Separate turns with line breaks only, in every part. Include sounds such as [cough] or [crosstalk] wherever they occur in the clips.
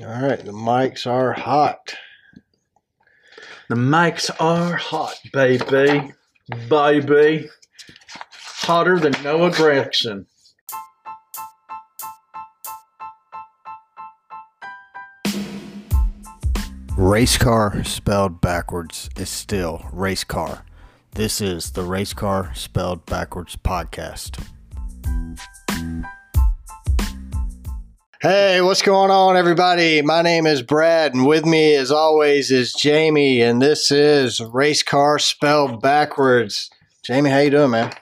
All right, the mics are hot.
The mics are hot, baby. Baby. Hotter than Noah Gregson.
Race car spelled backwards is still race car. This is the Race Car Spelled Backwards podcast.
Hey, what's going on, everybody? My name is Brad, and with me, as always, is Jamie, and this is Race Car Spelled Backwards. Jamie, how you doing, man?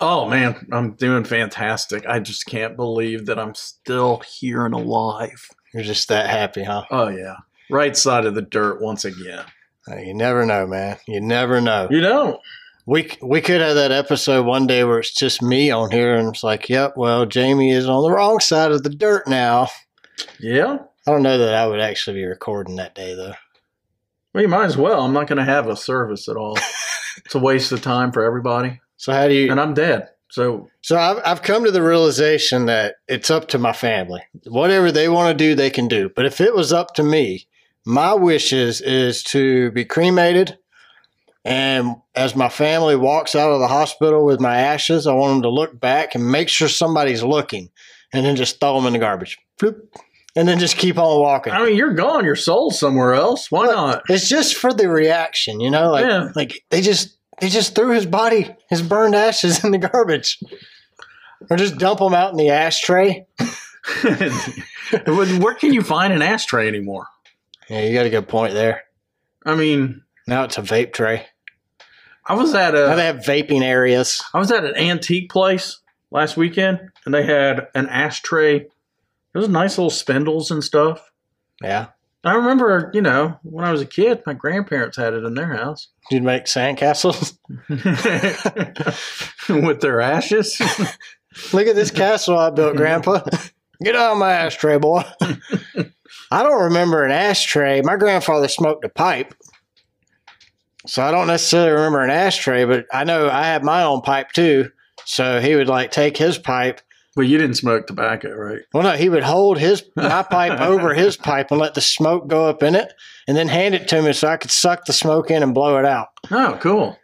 Oh man, I'm doing fantastic. I just can't believe that I'm still here and alive.
You're just that happy, huh?
Oh yeah. Right side of the dirt once again.
Uh, You never know, man. You never know.
You don't.
We we could have that episode one day where it's just me on here, and it's like, yep, well, Jamie is on the wrong side of the dirt now.
Yeah.
I don't know that I would actually be recording that day, though.
Well, you might as well. I'm not gonna have a service at [laughs] all. it's a waste of time for everybody.
So how do you?
And I'm dead. So
So I've, I've come to the realization that it's up to my family. Whatever they want to do, they can do. But if it was up to me, my wishes is to be cremated. And as my family walks out of the hospital with my ashes, I want them to look back and make sure somebody's looking and then just throw them in the garbage. Bloop. And then just keep on walking.
I mean you're gone, your soul's somewhere else. Why not?
It's just for the reaction, you know, like
Yeah. [laughs]
like they just they just threw his body, his burned ashes in the garbage. Or just dump them out in the ashtray.
Where where can you find an ashtray anymore?
Yeah, you got a good point there.
I mean,
Now it's a vape tray.
I was at
Now
a
they have vaping areas.
I was at an antique place last weekend, and they had an ashtray. There was nice little spindles and stuff.
Yeah.
I remember, you know, when I was a kid, my grandparents had it in their [laughs] house
You'd make sandcastles. [laughs]
with their [laughs] ashes.
Look at this castle I built, Grandpa. [laughs] Get out of my ashtray, boy. [laughs] I don't remember an ashtray. My grandfather smoked a pipe. So I don't necessarily remember an ashtray, but I know I had my own pipe too. So he would like take his pipe.
but you didn't smoke tobacco, right?
Well, no, he would hold his my pipe over his pipe and let the smoke go up in it, and then hand it to me so I could suck the smoke in and blow it out.
Oh, cool.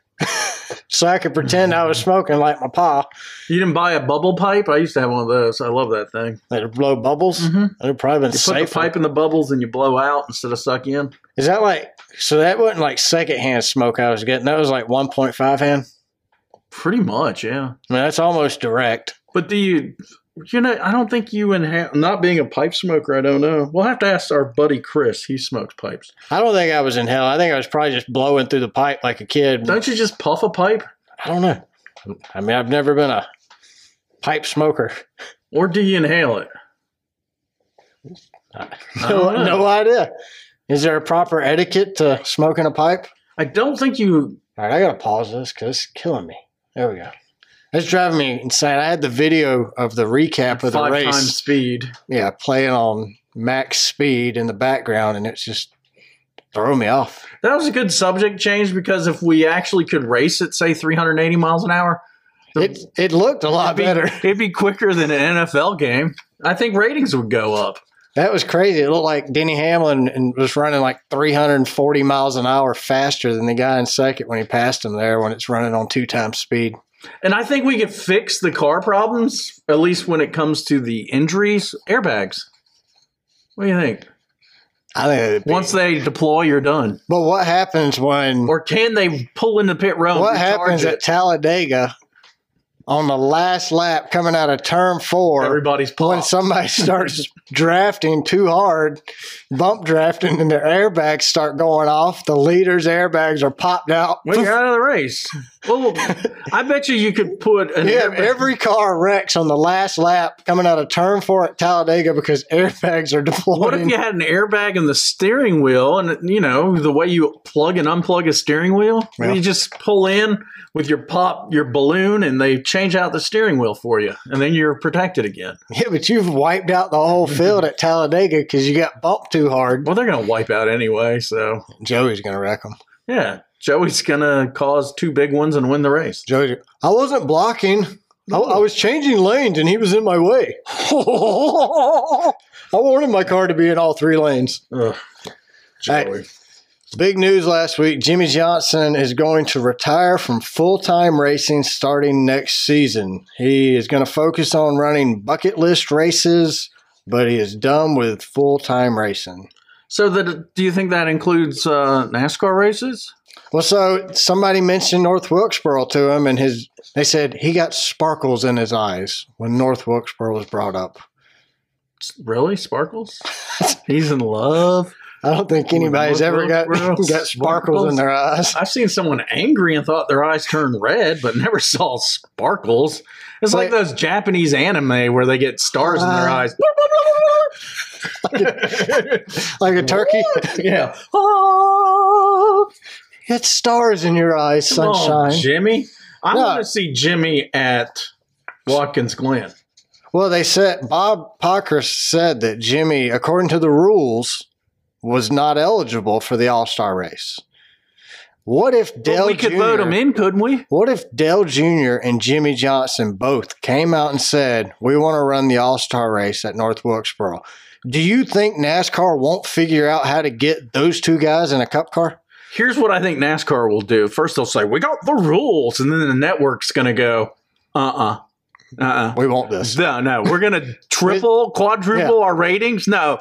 so I could pretend I was
Mm-hmm.
smoking like my pa.
You didn't buy a bubble pipe? I used to have one of those. I love that thing.
That'd blow bubbles.
Mm-hmm.
That'd probably been
You put the
safe.
pipe in the bubbles and you blow out instead of suck in.
Is that like so? That wasn't like secondhand smoke I was getting. That was like one point five hand.
Pretty much, yeah.
I mean, that's almost direct.
But do you, you know, I don't think you inhale, not being a pipe smoker, I don't know. We'll have to ask our buddy Chris. He smokes pipes.
I don't think I was in hell. I think I was probably just blowing through the pipe like a kid.
Don't you just puff a pipe?
I don't know. I mean, I've never been a pipe smoker.
Or do you inhale it? I
[laughs] No,
don't know.
no idea. Is there a proper etiquette to smoking a pipe?
I don't think you,
All right, I gotta pause this because it's killing me. There we go. It's driving me insane. I had the video of the recap of the
five
race.
times speed.
Yeah, playing on max speed in the background, and it's just throw me off.
That was a good subject change because if we actually could race at, say, 380 miles an hour, the-
It it looked a lot
it'd be-
better. [laughs]
it'd be quicker than an NFL game. I think ratings would go up.
That was crazy. It looked like Denny Hamlin and was running like 340 miles an hour faster than the guy in second when he passed him there when it's running on two times speed.
And I think we could fix the car problems, at least when it comes to the injuries, airbags. What do you think?
I think that'd be-
Once they deploy, you're done.
But what happens when
Or can they pull into pit road? and
what
recharge
happens at
it?
Talladega on the last lap coming out of turn four?
Everybody's
when
pulling. [laughs]
somebody starts drafting too hard, bump drafting, and their airbags start going off, the leader's airbags are popped out.
When you're out of the race,
[laughs]
well, I bet you you could put an
Yeah,
airbag-
every car wrecks on the last lap coming out of turn four at Talladega because airbags are [laughs] deployed.
What if you had an airbag in the steering wheel, and you know the way you plug and unplug a steering wheel?
Yeah.
You just pull in with your pop, your balloon, and they change out the steering wheel for you, and then you're protected again.
yeah, but you've wiped out the whole field at Talladega because you got bumped too hard.
Well, they're going to wipe out anyway, so
Joey's going to wreck them.
yeah, Joey's going to cause two big ones and win the race.
Joey, I wasn't blocking. I, I was changing lanes and he was in my way. I wanted my car to be in all three lanes.
Ugh.
Hey.
Joey.
Big news last week Jimmy Johnson is going to retire from full time racing starting next season. He is going to focus on running bucket list races, but he is done with full time racing.
So that do you think that includes uh, NASCAR races?
Well, so somebody mentioned North Wilkesboro to him, and his they said he got sparkles in his eyes when North Wilkesboro was brought up.
S- Really, [laughs] Sparkles? He's in love.
I don't think anybody's
North
ever got
Wilkesboro
[laughs] got sparkles in their eyes. [laughs]
I've seen someone angry and thought their eyes turned red, but never [laughs] saw sparkles. It's like
Wait.
those Japanese anime where they get stars in their
Uh.
eyes. [laughs]
Like a turkey, [laughs]
yeah. Ah.
it's stars in your eyes,
Come on,
sunshine.
Jimmy. I
No.
want to see Jimmy at Watkins Glen.
Well, they said Bob Pockris said that Jimmy, according to the rules, was not eligible for the All Star race. What if Dale
But we could
Jr.
vote him in, couldn't we?
What if Dale Jr. and Jimmy Johnson both came out and said, We want to run the All Star race at North Wilkesboro? Do you think NASCAR won't figure out how to get those two guys in a cup car?
Here's what I think NASCAR will do. First, they'll say, We got the rules. And then the network's going to go, Uh uh-uh. uh.
We want this.
No, no. We're going to [laughs] triple, quadruple our ratings. No.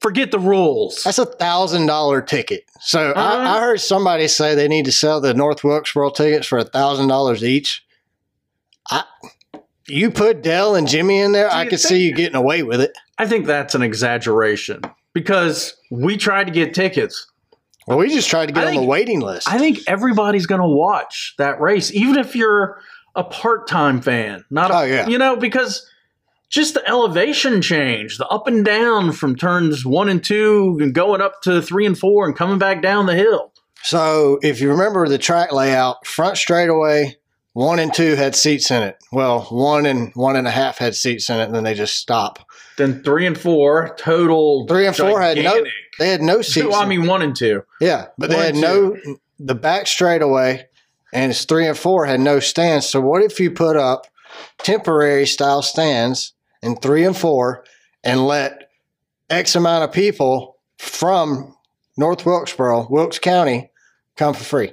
Forget the rules.
That's a thousand dollar ticket. So
Uh-huh.
I, I heard somebody say they need to sell the North Wilkesboro tickets for a thousand dollars each. I, you put Dell and Jimmy in there,
Do
I
you
could
think-
see you getting away with it.
I think that's an exaggeration because we tried to get tickets.
Well, we just tried to get
I
on the
think-
waiting list.
I think everybody's going to watch that race, even if you're a part-time fan. Not, a,
Oh, yeah.
you know, because just the elevation change, the up and down from turns one and two, and going up to three and four, and coming back down the hill.
So if you remember the track layout, front straightaway, one and two had seats in it. Well, one and one and a half had seats in it, and then they just stop.
Then three and four total.
Three and four had no
gigantic. [laughs]
They had no seats.
Two,
in
I mean, one and two.
Yeah, but they
One,
had no the back straightaway, and it's three and four had no stands. So what if you put up temporary style stands in three and four, and let X amount of people from North Wilkesboro, Wilkes County, come for free?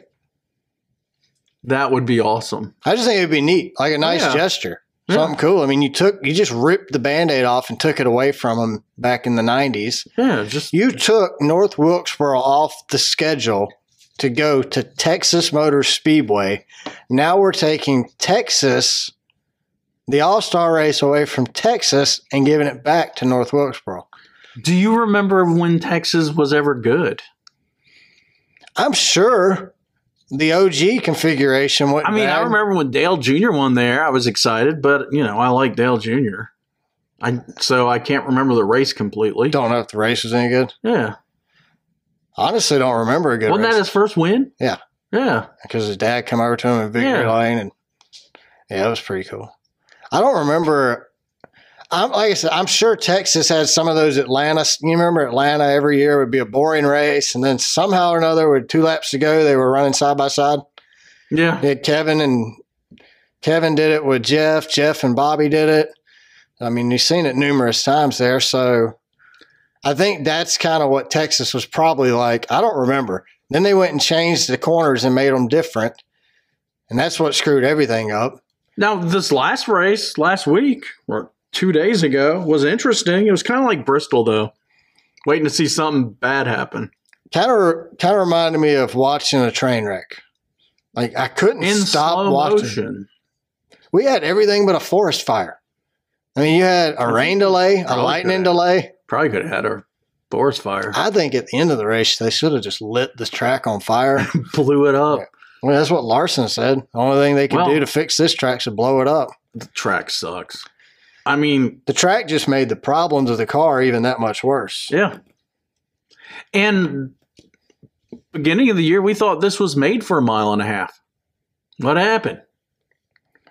That would be awesome.
I just think it'd be neat, like a nice
yeah.
gesture,
Yeah.
something cool. I mean, you took you just ripped the Band-Aid off and took it away from them back in the '90s.
Yeah, just
You took North Wilkesboro off the schedule to go to Texas Motor Speedway. Now we're taking Texas, the All Star race away from Texas and giving it back to North Wilkesboro.
do you remember when Texas was ever good?
I'm sure the OG configuration went.
I mean, I remember when Dale Jr. won there. I was excited, but you know, I like Dale Jr. I so I can't remember the race completely.
Don't know if the race was any good.
Yeah,
Honestly, don't remember a good
wasn't that
race
his first win?
Yeah.
yeah.
because his dad came over to him in Victory
Yeah.
Lane, and yeah, it was pretty cool. I don't remember. I'm like I said, I'm sure Texas had some of those Atlanta. You remember Atlanta every year would be a boring race, and then somehow or another, with two laps to go, they were running side by side.
Yeah,
Yeah, Kevin and Kevin did it with Jeff. Jeff and Bobby did it. I mean, you've seen it numerous times there. So I think that's kind of what Texas was probably like. I don't remember. Then they went and changed the corners and made them different. And that's what screwed everything up.
Now this last race last week or two days ago was interesting. It was kind of like Bristol though, waiting to see something bad happen.
Kind of kind of reminded me of watching a train wreck. Like I couldn't
In
stop
slow
watching.
motion,
We had everything but a forest fire. I mean, you had
I
a
think [laughs]
rain delay, a
probably
lightning
could've-
delay.
probably could have had a forest fire.
I think at the end of the race, they should have just lit the track on
[laughs]
fire.
Blew it up.
well, that's what Larson said. The only thing they could
Well-
do to fix this track is to blow it up.
The track sucks. I mean,
The track just made the problems of the car even that much worse.
Yeah. And beginning of the year, we thought this was made for a mile and a half. What happened?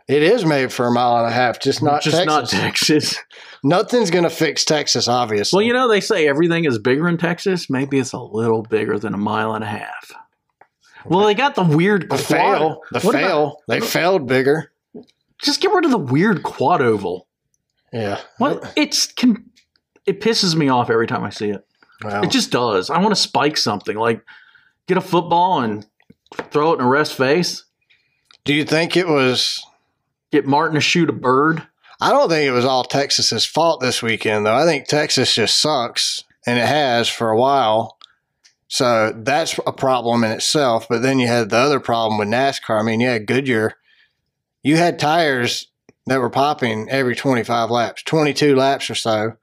It is made for a mile and a half, just not
Just
Texas.
not Texas.
Nothing's going to fix Texas, obviously.
well, you know, they say everything is bigger in Texas. Maybe it's a little bigger than a mile and a half. Well, they got the weird
the fail,
quad-
the
What about-
fail, they failed bigger.
just get rid of the weird quad oval.
Yeah.
What it's can it pisses me off every time I see it.
Well,
It just does. I want to spike something like get a football and throw it in a ref's face.
do you think it was?
Get Martin to shoot a bird.
I don't think it was all Texas's fault this weekend, though. I think Texas just sucks, and it has for a while. So that's a problem in itself. But then you had the other problem with NASCAR. I mean, you had Goodyear. You had tires that were popping every 25 laps, 22 laps or so.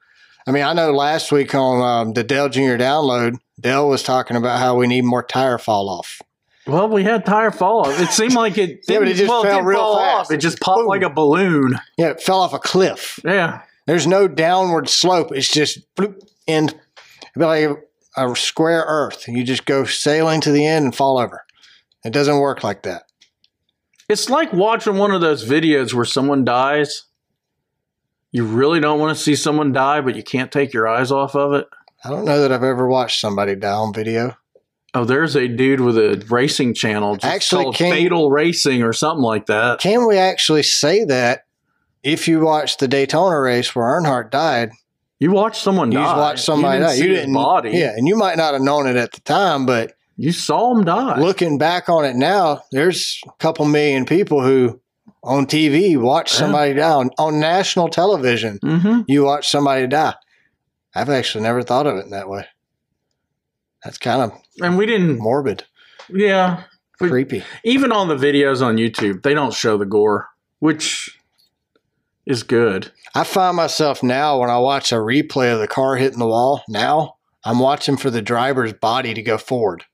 I mean, I know last week on um, the Dell Junior Download, Dell was talking about how we need more tire fall off.
Well, we had tire fall off. It seemed like it
[laughs]
didn't,
Yeah, but it just
well,
fell
didn't
real
fall
fast.
off. It just popped
Boom.
like a balloon.
Yeah, it fell off a cliff.
Yeah.
There's no downward slope. It's just bloop, and it'd be like a, a square earth. You just go sailing to the end and fall over. It doesn't work like that.
It's like watching one of those videos where someone dies. You really don't want to see someone die, but you can't take your eyes off of it.
I don't know that I've ever watched somebody die on video.
Oh, there's a dude with a racing channel just
Actually,
called
can-
Fatal Racing or something like that.
Can we actually say that if you watch the Daytona race where Earnhardt died,
You watch someone
you
die.
just watched somebody
you didn't
die.
see
you
his
didn't
body.
Yeah, and you might not have known it at the time, but
You saw him die.
looking back on it now, there's a couple million people who on TV watch
Yeah.
somebody die on, on national television.
hmm
you watch somebody die. I've actually never thought of it in that way. That's kind of
And we didn't.
morbid,
Yeah. We-
creepy.
Even on the videos on YouTube, they don't show the gore, which is good.
I find myself now when I watch a replay of the car hitting the wall, now I'm watching for the driver's body to go forward.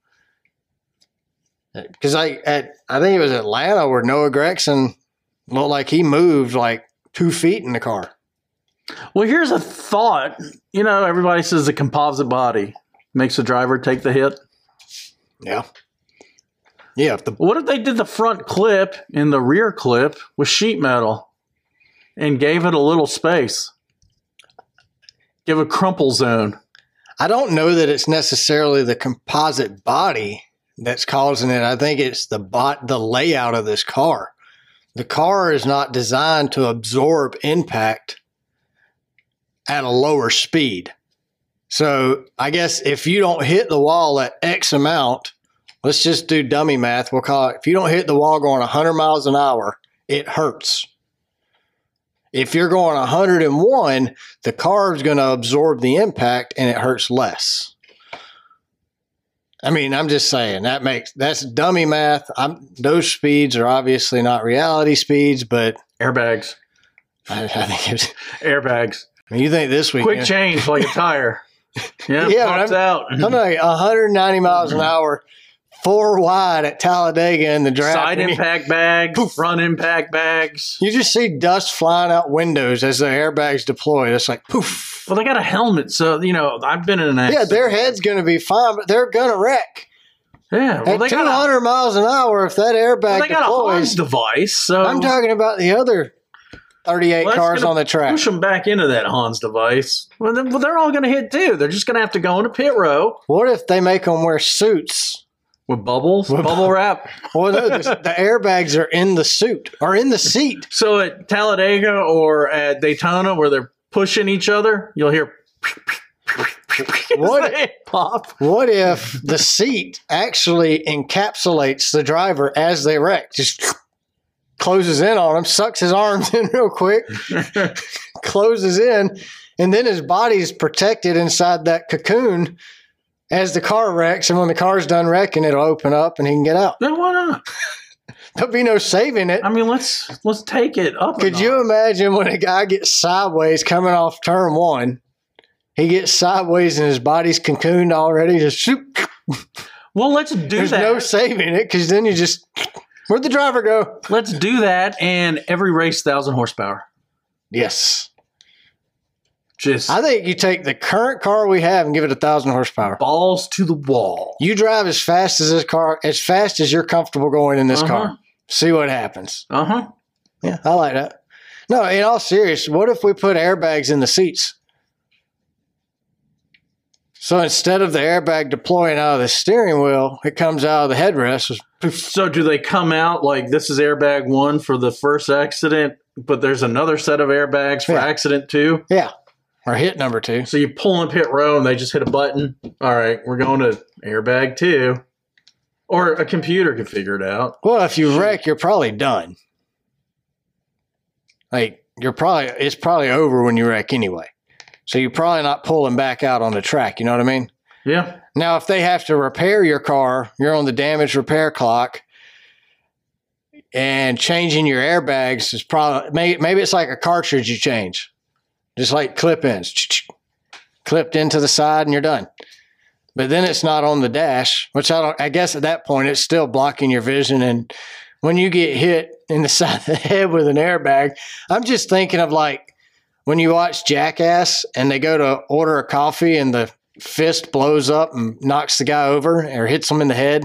Because I at I think it was Atlanta where Noah Gregson looked like he moved like two feet in the car.
Well, here's a thought. You know, everybody says the composite body makes the driver take the hit.
Yeah. Yeah, if the
What if they did the front clip and the rear clip with sheet metal and gave it a little space? Give a crumple zone.
I don't know that it's necessarily the composite body that's causing it. I think it's the bot the layout of this car. The car is not designed to absorb impact at a lower speed. So I guess if you don't hit the wall at X amount, let's just do dummy math. We'll call it if you don't hit the wall going 100 miles an hour, it hurts. If you're going 101, the car is going to absorb the impact and it hurts less. I mean, I'm just saying that makes that's dummy math. I'm those speeds are obviously not reality speeds, but
Airbags.
I, I think it's.
Airbags.
I mean, you think this week?
Quick change like
[laughs]
a tire. Yeah,
Yeah,
yeah pops
but
out.
I'm like 190 miles an hour, four wide at Talladega in the draft.
Side
And you-
impact bags,
Poof.
front impact bags.
You just see dust flying out windows as the airbags deployed. It's like poof.
Well, they got a helmet, so you know I've been in an
Yeah,
accident.
their head's going to be fine, but they're going to wreck.
yeah. Well,
At
they got a
200 miles an hour, if that airbag
Well, they got a Hans
deploys,
device, so
I'm talking about the other 38
Well, that's
cars
gonna
on the track.
push them back into that Hans device. Well, then, well they're all going to hit too. They're just going to have to go into pit row
What if they make them wear suits?
with bubbles,
With
bubble wrap.
Well, no, the, the airbags are in the suit or in the seat.
So at Talladega or at Daytona, where they're pushing each other, you'll hear
What-
They pop.
What if the seat actually encapsulates the driver as they wreck? Just closes in on him, sucks his arms [laughs] in real quick, closes in, and then his body's protected inside that cocoon as the car wrecks. And when the car's done wrecking, it'll open up and he can get out.
[laughs] Then why not?
There'll be no saving it.
I mean, let's let's take it up. a
Could
notch.
you imagine when a guy gets sideways coming off turn one? He gets sideways and his body's cocooned already. Just shoot.
Well, let's do
There's
that.
no saving it because then you just where'd the driver go?
let's do that, and every race thousand horsepower.
Yes,
Just
I think you take the current car we have and give it a thousand horsepower.
balls to the wall.
You drive as fast as this car, as fast as you're comfortable going in this
Uh-huh.
car. See what happens.
Uh huh.
Yeah, I like that. No, in all serious, what if we put airbags in the seats? So instead of the airbag deploying out of the steering wheel, it comes out of the headrest.
So do they come out like this is airbag one for the first accident, but there's another set of airbags for
Yeah.
accident two?
Yeah. Or hit number two.
So you pull in pit row and they just hit a button. All right, we're going to airbag two. Or a computer can figure it out.
Well, if you wreck, you're probably done. Like you're probably it's probably over when you wreck anyway. So you're probably not pulling back out on the track, you know what I mean?
Yeah.
Now if they have to repair your car, you're on the damage repair clock. And changing your airbags is probably maybe, maybe it's like a cartridge you change. Just like clip-ins. Clipped into the side and you're done. But then it's not on the dash, which I don't. I guess at that point it's still blocking your vision. And when you get hit in the [laughs] side of the head with an airbag, I'm just thinking of like when you watch Jackass and they go to order a coffee and the fist blows up and knocks the guy over or hits him in the head.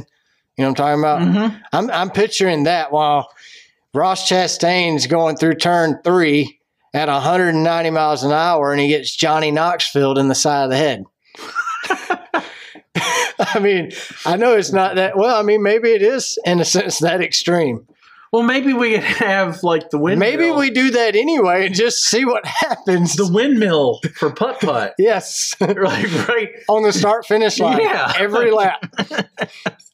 You know what I'm talking about?
Mm-hmm.
I'm I'm picturing that while Ross Chastain's going through turn three at 190 miles an hour and he gets Johnny Knoxville in the side of the head. [laughs] I mean, I know it's not that well, I mean, maybe it is in a sense that extreme.
Well, maybe we could have like the windmill.
Maybe we do that anyway and just see what [laughs] happens.
the windmill for putt putt. [laughs]
yes. [laughs]
right, right.
On the start finish line.
Yeah.
Every lap.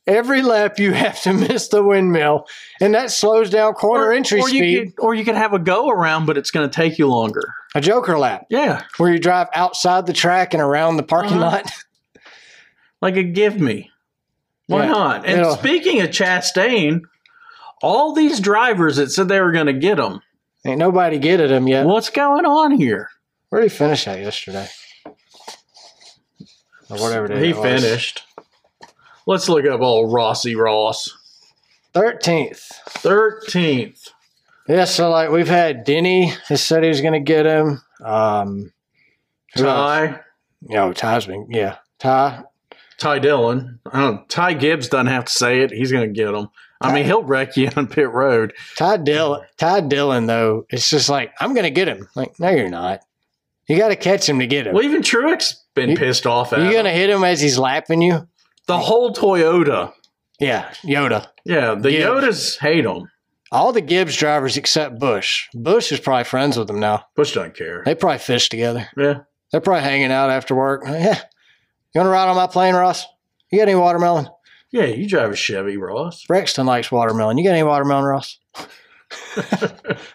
Every lap you have to miss the windmill. And that slows down corner entry
or
speed.
You could, or you could have a go around, but it's going to take you longer.
a joker lap.
Yeah.
where you drive outside the track and around the parking
Uh-huh.
lot. [laughs]
Like a give me. Why
Yeah.
not? And
It'll-
speaking of Chastain, all these drivers that said they were going to get him,
Ain't nobody get at him yet.
what's going on here?
Where did he finish at yesterday? Or whatever day
He
it was.
finished. Let's look up old Rossi Ross.
13th.
13th.
Yeah, so like we've had Denny has said he was going to get him. Um, who else?
Ty.
No, Ty's been, yeah. Ty.
Ty Dillon. I don't, Ty Gibbs doesn't have to say it. He's going to get him. I mean, he'll wreck you on pit road.
Ty Dillon, Ty Dillon, though, it's just like, I'm going to get him. Like, no, you're not. You got to catch him to get him.
Well, even Truex been
You-
pissed off at
You're
him.
going to hit him as he's lapping you?
the whole Toyota.
Yeah, Yoda.
Yeah, the
Yeah.
Yodas hate him.
All the Gibbs drivers except Bush. Bush is probably friends with them now.
Bush don't care.
They probably fish together.
Yeah.
They're probably hanging out after work. Yeah. You want to ride on my plane, Ross? You got any watermelon?
Yeah, you drive a Chevy, Ross.
Brexton likes watermelon. You got any watermelon,
[laughs]
Ross?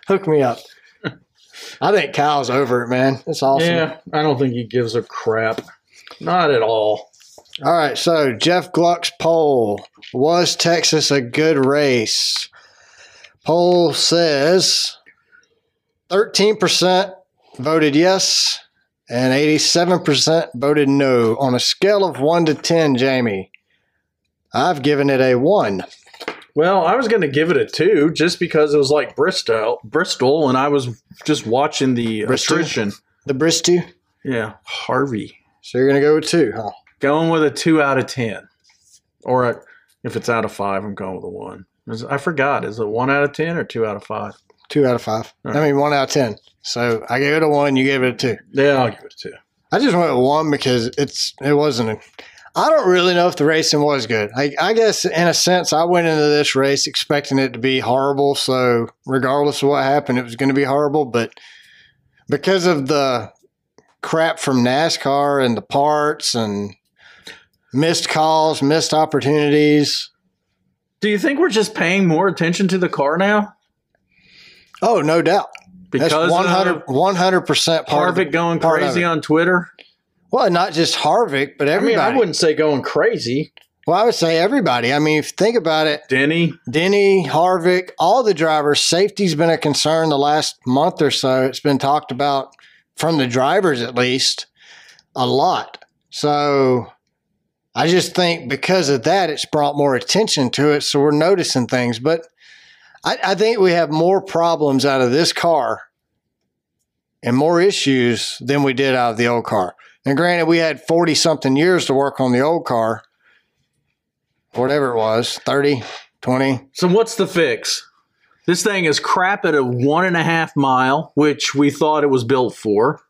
Hook me up. I think Kyle's over it, man. It's awesome.
Yeah, I don't think he gives a crap. Not at all.
All right. So, Jeff Gluck's poll Was Texas a good race? Poll says 13% voted yes and 87% voted no. On a scale of 1 to 10, Jamie, I've given it a 1.
Well, I was going to give it a two just because it was like Bristol, Bristol, and I was just watching the
Bristol?
attrition.
The Bristow.
Yeah, Harvey
So, you're going to go with 2, huh?
going with a two out of ten, or a, if it's out of five, I'm going with a one. Is- I forgot. Is it one out of ten or two out of five?
2 out of 5.
All
I mean, 1 out of 10. So, I gave it a 1. You gave it a 2.
Yeah, I'll give it a two.
I just went with one because it's it wasn't. A, I don't really know if the racing was good. I, I guess in a sense, I went into this race expecting it to be horrible. So regardless of what happened, it was going to be horrible. But because of the crap from NASCAR and the parts and missed calls, missed opportunities.
Do you think we're just paying more attention to the car now
Oh, no doubt.
because
That's
of
100 percent part of
Harvick
it.
going
part of
crazy
it.
on Twitter?
Well, not just Harvick, but everybody.
I mean, I wouldn't say going crazy.
well, I would say everybody. I mean, if you think about it,
Denny,
Denny, Harvick, all the drivers, safety's been a concern the last month or so. It's been talked about from the drivers at least a lot. So I just think because of that, it's brought more attention to it. So we're noticing things. But I, I think we have more problems out of this car and more issues than we did out of the old car. And granted, we had 40 something years to work on the old car, whatever it was 30, 20.
So what's the fix? This thing is crap at a one and a half mile, which we thought it was built for.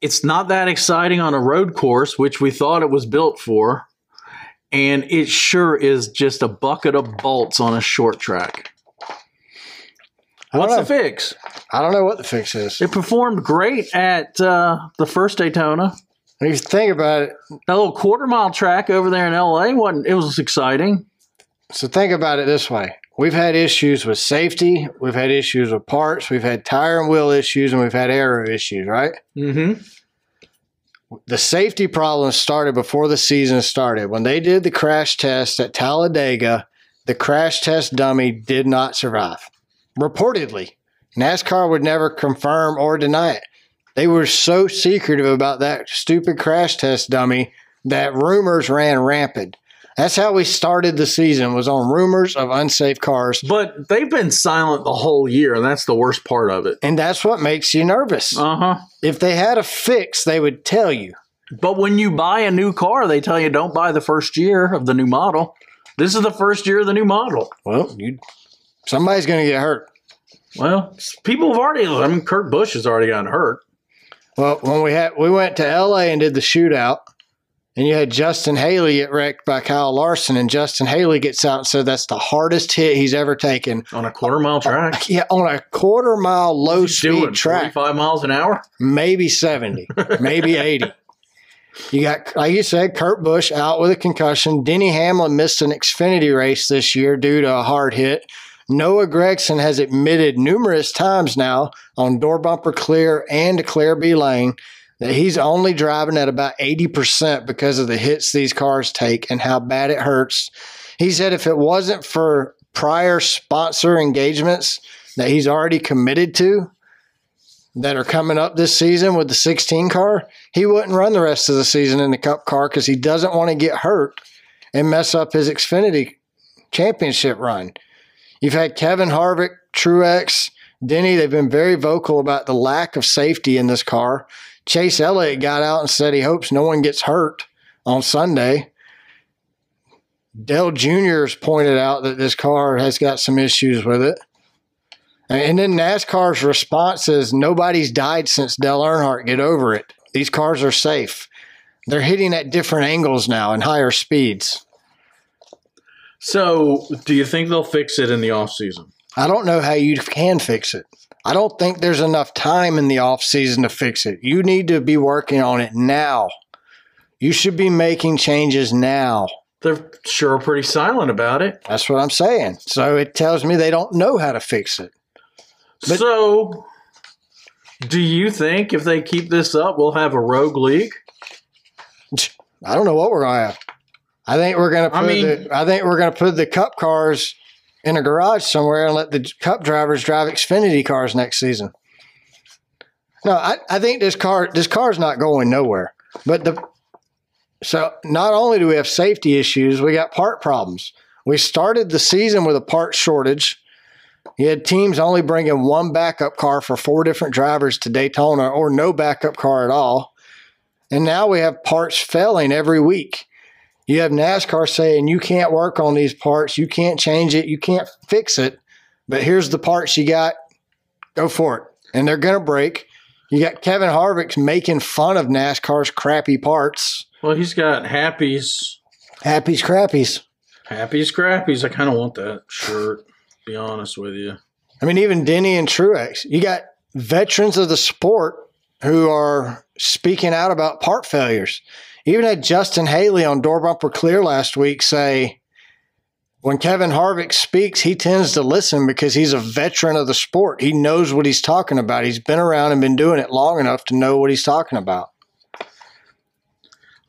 It's not that exciting on a road course, which we thought it was built for. and it sure is just a bucket of bolts on a short track.
I don't,
What's the
know,
fix?
I don't know what the fix is.
It performed great at uh, the first Daytona.
When you think about it,
That little quarter mile track over there in LA wasn't. It was exciting.
So think about it this way. We've had issues with safety, we've had issues with parts, we've had tire and wheel issues, and we've had aero issues, right?
Mm-hmm.
The safety problems started before the season started. When they did the crash test at Talladega, the crash test dummy did not survive. Reportedly, NASCAR would never confirm or deny it. They were so secretive about that stupid crash test dummy that rumors ran rampant. That's how we started the season was on rumors of unsafe cars
But they've been silent the whole year, and that's the worst part of it.
And that's what makes you nervous.
Uh huh.
if they had a fix, they would tell you.
But when you buy a new car, they tell you don't buy the first year of the new model. This is the first year of the new model.
Well, you somebody's going to get hurt.
Well, people have already. I mean, Kurt Busch has already gotten hurt.
Well, when we had we went to LA and did the shootout, and you had Justin Haley get wrecked by Kyle Larson, and Justin Haley gets out and said that's the hardest hit he's ever taken.
on a quarter mile track.
Yeah, on a quarter mile low [laughs] speed
Doing
track,
45 miles an hour.
maybe seventy, maybe eighty. You got, like you said, Kurt Busch out with a concussion. Denny Hamlin missed an Xfinity race this year due to a hard hit. Noah Gregson has admitted numerous times now on door bumper clear and clear B lane that he's only driving at about 80% because of the hits these cars take and how bad it hurts. He said if it wasn't for prior sponsor engagements that he's already committed to that are coming up this season with the 16 car, he wouldn't run the rest of the season in the cup car because he doesn't want to get hurt and mess up his Xfinity championship run. You've had Kevin Harvick, Truex, Denny, they've been very vocal about the lack of safety in this car. Chase Elliott got out and said he hopes no one gets hurt on Sunday. Dell Jr.'s pointed out that this car has got some issues with it. And then NASCAR's response is nobody's died since Dell Earnhardt. Get over it. These cars are safe. They're hitting at different angles now and higher speeds.
So, do you think they'll fix it in the off season?
I don't know how you can fix it. I don't think there's enough time in the off season to fix it. You need to be working on it now. You should be making changes now.
They're sure pretty silent about it.
That's what I'm saying. So it tells me they don't know how to fix it. But-
so, do you think if they keep this up, we'll have a rogue league?
I don't know what we're gonna have. I think we're gonna put
I mean-
the, I think we're gonna put the cup cars in a garage somewhere and let the cup drivers drive Xfinity cars next season. No, I, I think this car this car's not going nowhere. But the so not only do we have safety issues, we got part problems. We started the season with a part shortage. You had teams only bringing one backup car for four different drivers to Daytona or no backup car at all. And now we have parts failing every week. You have NASCAR saying you can't work on these parts, you can't change it, you can't fix it, but here's the parts you got. Go for it. And they're going to break. You got Kevin Harvick's making fun of NASCAR's crappy parts.
Well, he's got Happy's,
Happy's crappies.
Happy's Crappies. I kind of want that shirt, to be honest with you.
I mean, even Denny and Truex. You got veterans of the sport who are speaking out about part failures. You even had Justin Haley on Door Bumper Clear last week say, when Kevin Harvick speaks, he tends to listen because he's a veteran of the sport. He knows what he's talking about. He's been around and been doing it long enough to know what he's talking about.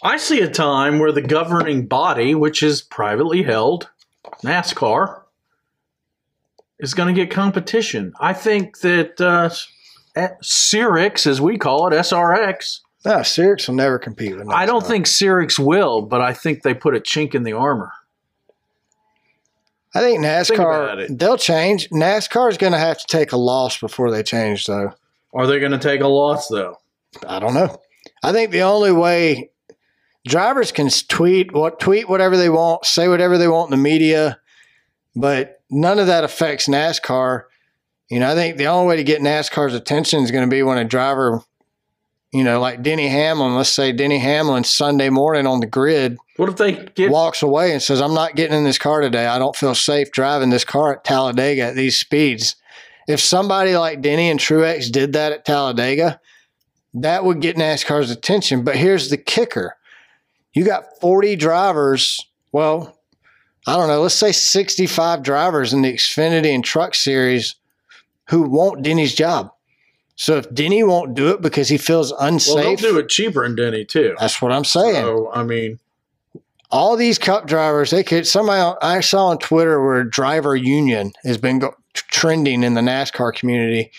I see a time where the governing body, which is privately held, NASCAR, is going to get competition. I think that uh, at Cyrix, as we call it, SRX,
No, Sirix will never compete with
I don't
NASCAR.
think Cyrix will, but I think they put a chink in the armor.
I think
about
NASCAR
it.
they'll change. NASCAR's gonna have to take a loss before they change though.
Are they going to take a loss, though?
I don't know. I think the only way drivers can tweet what tweet whatever they want, say whatever they want in the media, but none of that affects NASCAR. You know, I think the only way to get NASCAR's attention is going to be when a driver, you know, like Denny Hamlin, let's say Denny Hamlin Sunday morning on the grid
What if they get
walks away and says, I'm not getting in this car today. I don't feel safe driving this car at Talladega at these speeds. If somebody like Denny and Truex did that at Talladega, that would get NASCAR's attention. But here's the kicker you got 40 drivers. Well, I don't know. Let's say 65 drivers in the Xfinity and Truck Series who want Denny's job. So if Denny won't do it because he feels
well?
unsafe,
They'll do it cheaper in Denny too.
that's what I'm saying
So I mean,
all these cup drivers they could somehow i saw on twitter where driver union has been go, trending in the nascar community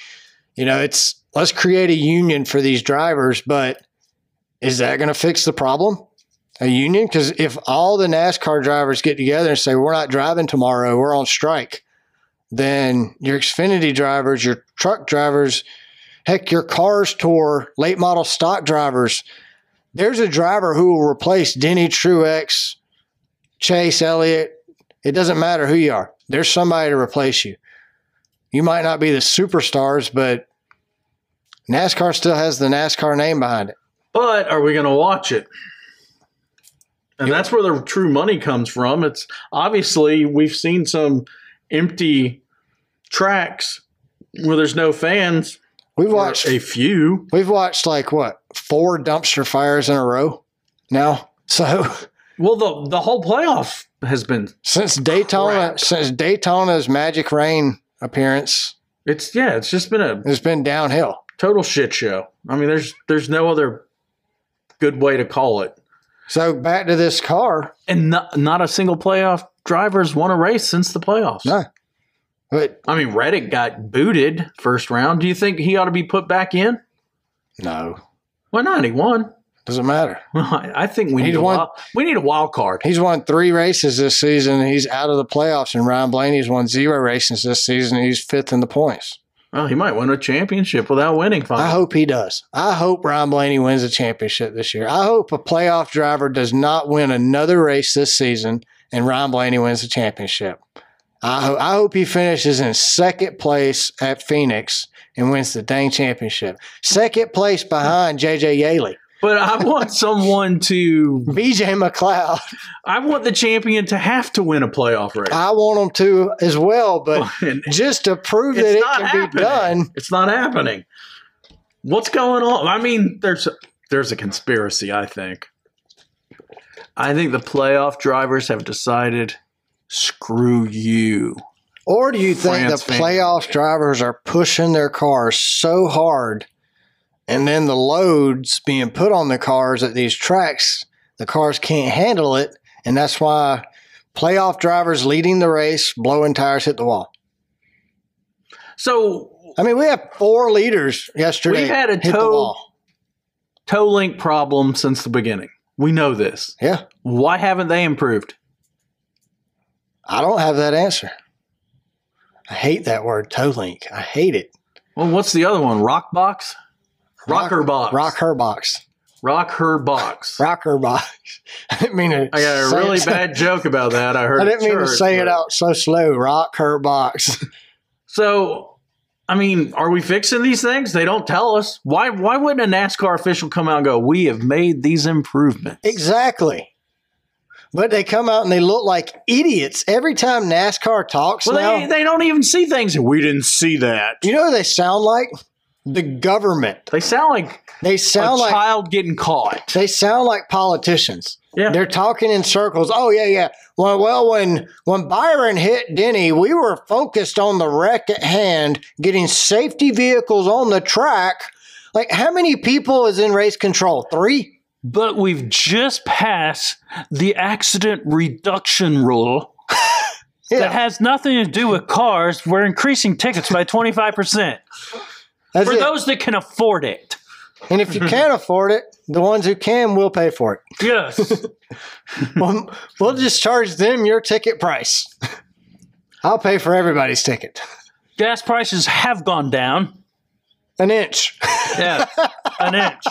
you know it's let's create a union for these drivers but is that going to fix the problem a union because if all the nascar drivers get together and say we're not driving tomorrow we're on strike then your xfinity drivers your truck drivers heck your cars tour late model stock drivers there's a driver who will replace Denny Truex, Chase Elliott. It doesn't matter who you are. There's somebody to replace you. You might not be the superstars, but NASCAR still has the NASCAR name behind it.
but are we going to watch it? And that's where the true money comes from. It's obviously we've seen some empty tracks where there's no fans.
We've
or
watched
a few.
we've watched like what four dumpster fires in a row now. [laughs] So
Well, the the whole playoff has been
since Daytona,
Crap.
since Daytona's Magic Rain appearance,
it's yeah, it's just been a
it's been downhill.
total shit show. I mean, there's there's no other good way to call it.
So back to this car.
And not, not a single playoff driver's won a race since the playoffs.
No. But
I mean, Reddick got booted first round. Do you think he ought to be put back in?
no,
Why not? He won. [laughs]
doesn't matter.
Well, I, I think we
He's
need a
won.
wild, we need a wild card.
He's won three races this season. and He's out of the playoffs, and Ryan Blaney's won zero races this season. And he's fifth in the points.
Well, he might win a championship without winning.
I
Finally.
hope he does. I hope Ryan Blaney wins a championship this year. I hope a playoff driver does not win another race this season, and Ryan Blaney wins the championship. I, ho- I hope he finishes in second place at Phoenix and wins the dang championship. Second place behind JJ Yaley,
But I want someone to.
BJ McLeod.
I want the champion to have to win a playoff race.
I want him to as well,
[laughs]
but
And
just to prove
it's
that it
not
can be
happening.
done.
It's not happening. What's going on? I mean, there's there's a conspiracy. I think. I think the playoff drivers have decided, screw you.
Or do you think
France
the
fan.
playoff drivers are pushing their cars so hard and then the loads being put on the cars at these tracks, the cars can't handle it, and that's why playoff drivers leading the race, blowing tires hit the wall.
So
I mean, we have four leaders yesterday.
We've had a
hit
toe-
the wall.
toe link problem since the beginning. We know this.
Yeah.
Why haven't they improved?
I don't have that answer. I hate that word, toe link. I hate it.
Well, what's the other one? Rock box, rocker box,
Rock her box.
rock her box.
Rock her box. [laughs] I didn't mean to
I got a
say it
really
so-
bad joke about that. I heard.
I
at
didn't mean to
church,
say it
but-
out so slow. Rock her box. [laughs]
So, I mean, are we fixing these things? They don't tell us. Why? Why wouldn't a NASCAR official come out and go, "We have made these improvements"?
exactly. But they come out and they look like idiots every time NASCAR talks
Well,
now.
they, they don't even see things. We didn't see that.
you know who they sound like? The government.
They sound like
They
a
sound like
child getting caught.
they sound like politicians.
Yeah.
They're talking in circles. Oh yeah, yeah. Well, well, when when Byron hit Denny, we were focused on the wreck at hand, getting safety vehicles on the track. Like how many people is in race control? Three.
but we've just passed the accident reduction rule
Yeah.
that has nothing to do with cars. We're increasing tickets by
[laughs]
25%
That's
for
it.
those that can afford it.
And
[laughs]
if you can't afford it, the ones who can will pay for it.
[laughs]
Yes.
We'll, we'll just charge them your ticket price. [laughs] I'll pay for everybody's ticket.
Gas prices have gone down.
An inch. [laughs]
[laughs]
Yeah. An inch.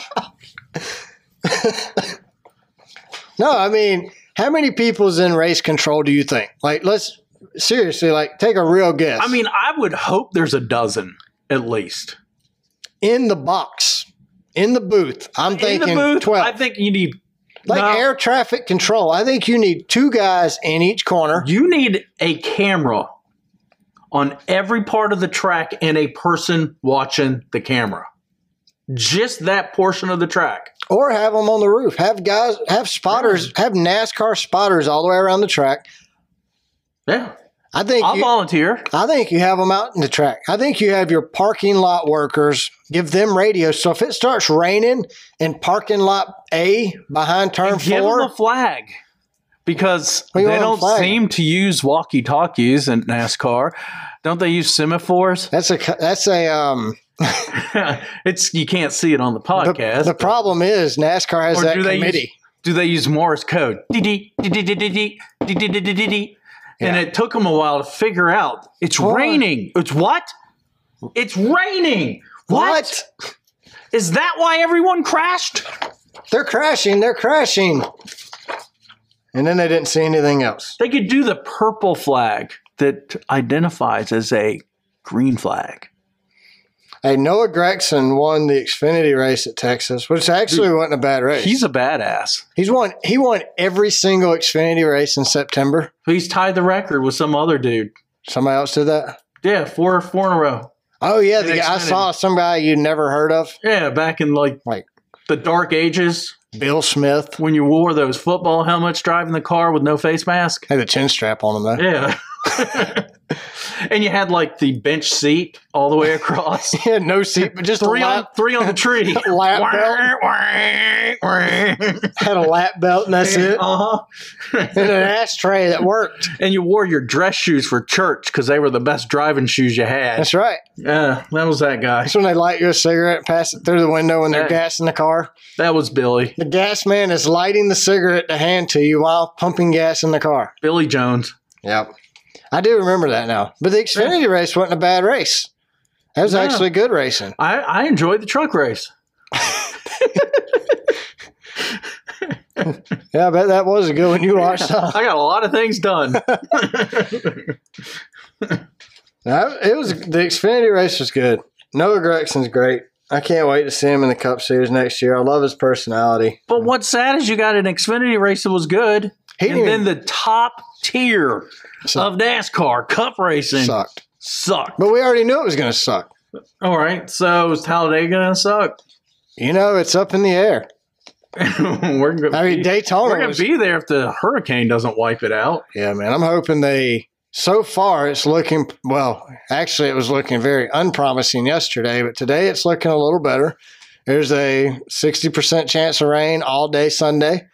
No, I mean, how many people's in race control do you think? Like, let's seriously, like, take a real guess.
I mean, I would hope there's a dozen at least.
in the box, in the booth, I'm
In
thinking
the booth,
12.
I think you need
Like
No.
air traffic control. I think you need two guys in each corner.
You need a camera on every part of the track and a person watching the camera. Just that portion of the track.
or have them on the roof. Have guys, have spotters, have NASCAR spotters all the way around the track.
Yeah.
I think
I'll
you,
volunteer.
I think you have them out in the track. I think you have your parking lot workers give them radio. So if it starts raining in parking lot A behind turn
Give
four,
them a flag because
What do you
they
want a
don't
flag?
seem to use walkie talkies in NASCAR. Don't they use
[laughs]
semaphores?
that's a that's a um.
it's you can't see it on the
The,
podcast. uh,
the problem is NASCAR has
Or
that
do they
committee.
use- Do they use Morse code? Dee-dee, dee-dee-dee-dee-dee, dee-dee-dee-dee-dee. And
Yeah.
it took them a while to figure out. It's
What?
raining. It's what? It's raining. What?
what?
Is that why everyone crashed?
They're crashing. They're crashing. And then they didn't see anything else.
They could do the purple flag.
That identifies as a green flag.
Hey, Noah Gregson won the Xfinity race at Texas, which actually wasn't a bad race.
He's a badass.
He's won. He won every single Xfinity race in September.
He's tied the record with some other dude.
Somebody else did that.
Yeah, four four in a row.
Oh yeah, the
In
guy, I
Xfinity.
saw some guy you never heard of,
Yeah, back in like
Like-
the dark ages
Bill Smith.
when you wore those football helmets driving the car with no face mask.
Had a chin strap on him though. [laughs]
Yeah. [laughs] and you had like the bench seat all the
[laughs]
way across.
He had no seat, but just
three
a
on
lap,
three on
[laughs]
the tree.
lap belt. Had a lap belt, and
[laughs]
that's it.
Uh-huh.
And an ashtray that worked.
And you wore your dress shoes for church because they were the best driving shoes you had.
That's right.
Yeah, that was that guy.
That's when they light you a cigarette and pass it through the window when they're
Yeah.
gassing the car.
That was Billy.
The gas man is lighting the cigarette to hand to you while pumping gas in the car.
Billy Jones.
Yep. I do remember that now. But the Xfinity race wasn't a bad race. That was
No.
actually good racing.
I, I enjoyed the truck race.
Yeah, I bet that was a good one you
[laughs]
watched. huh?
I got a lot of things done.
[laughs] That- it was the Xfinity race was good. Noah Gregson's great. I can't wait to see him in the Cup Series next year. I love his personality.
but what's sad is you got an Xfinity race that was good.
He
and
didn't
then
even
the top tier
Suck.
of NASCAR cup racing
sucked,
sucked.
but we already knew it was going to suck.
All right, so is Talladega gonna suck? [laughs]
You know, it's up in the air.
we're gonna,
I mean,
be, we're
Daytona.
gonna
Was,
be there if the hurricane doesn't wipe it out.
yeah, man. I'm hoping they. So far, it's looking well. Actually, it was looking very unpromising yesterday, but today it's looking a little better. There's a 60% chance of rain all day Sunday.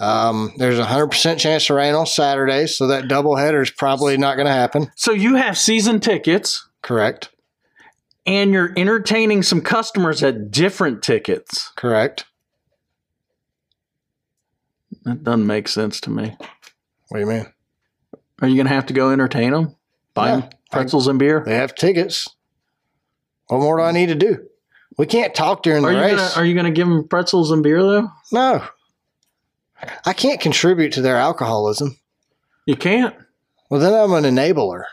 Um, there's a 100% chance of rain on Saturday, so that doubleheader is probably not going to happen.
So you have season tickets,
Correct.
and you're entertaining some customers at different tickets.
Correct.
That doesn't make sense to me.
What do you mean?
Are you gonna have to go entertain them? Buy
Yeah.
them pretzels and beer?
They have tickets. What more do I need to do? We can't talk during the
Are you
race.
gonna, are you gonna give them pretzels and beer though?
no. I can't contribute to their alcoholism.
You can't.
Well, then I'm an enabler.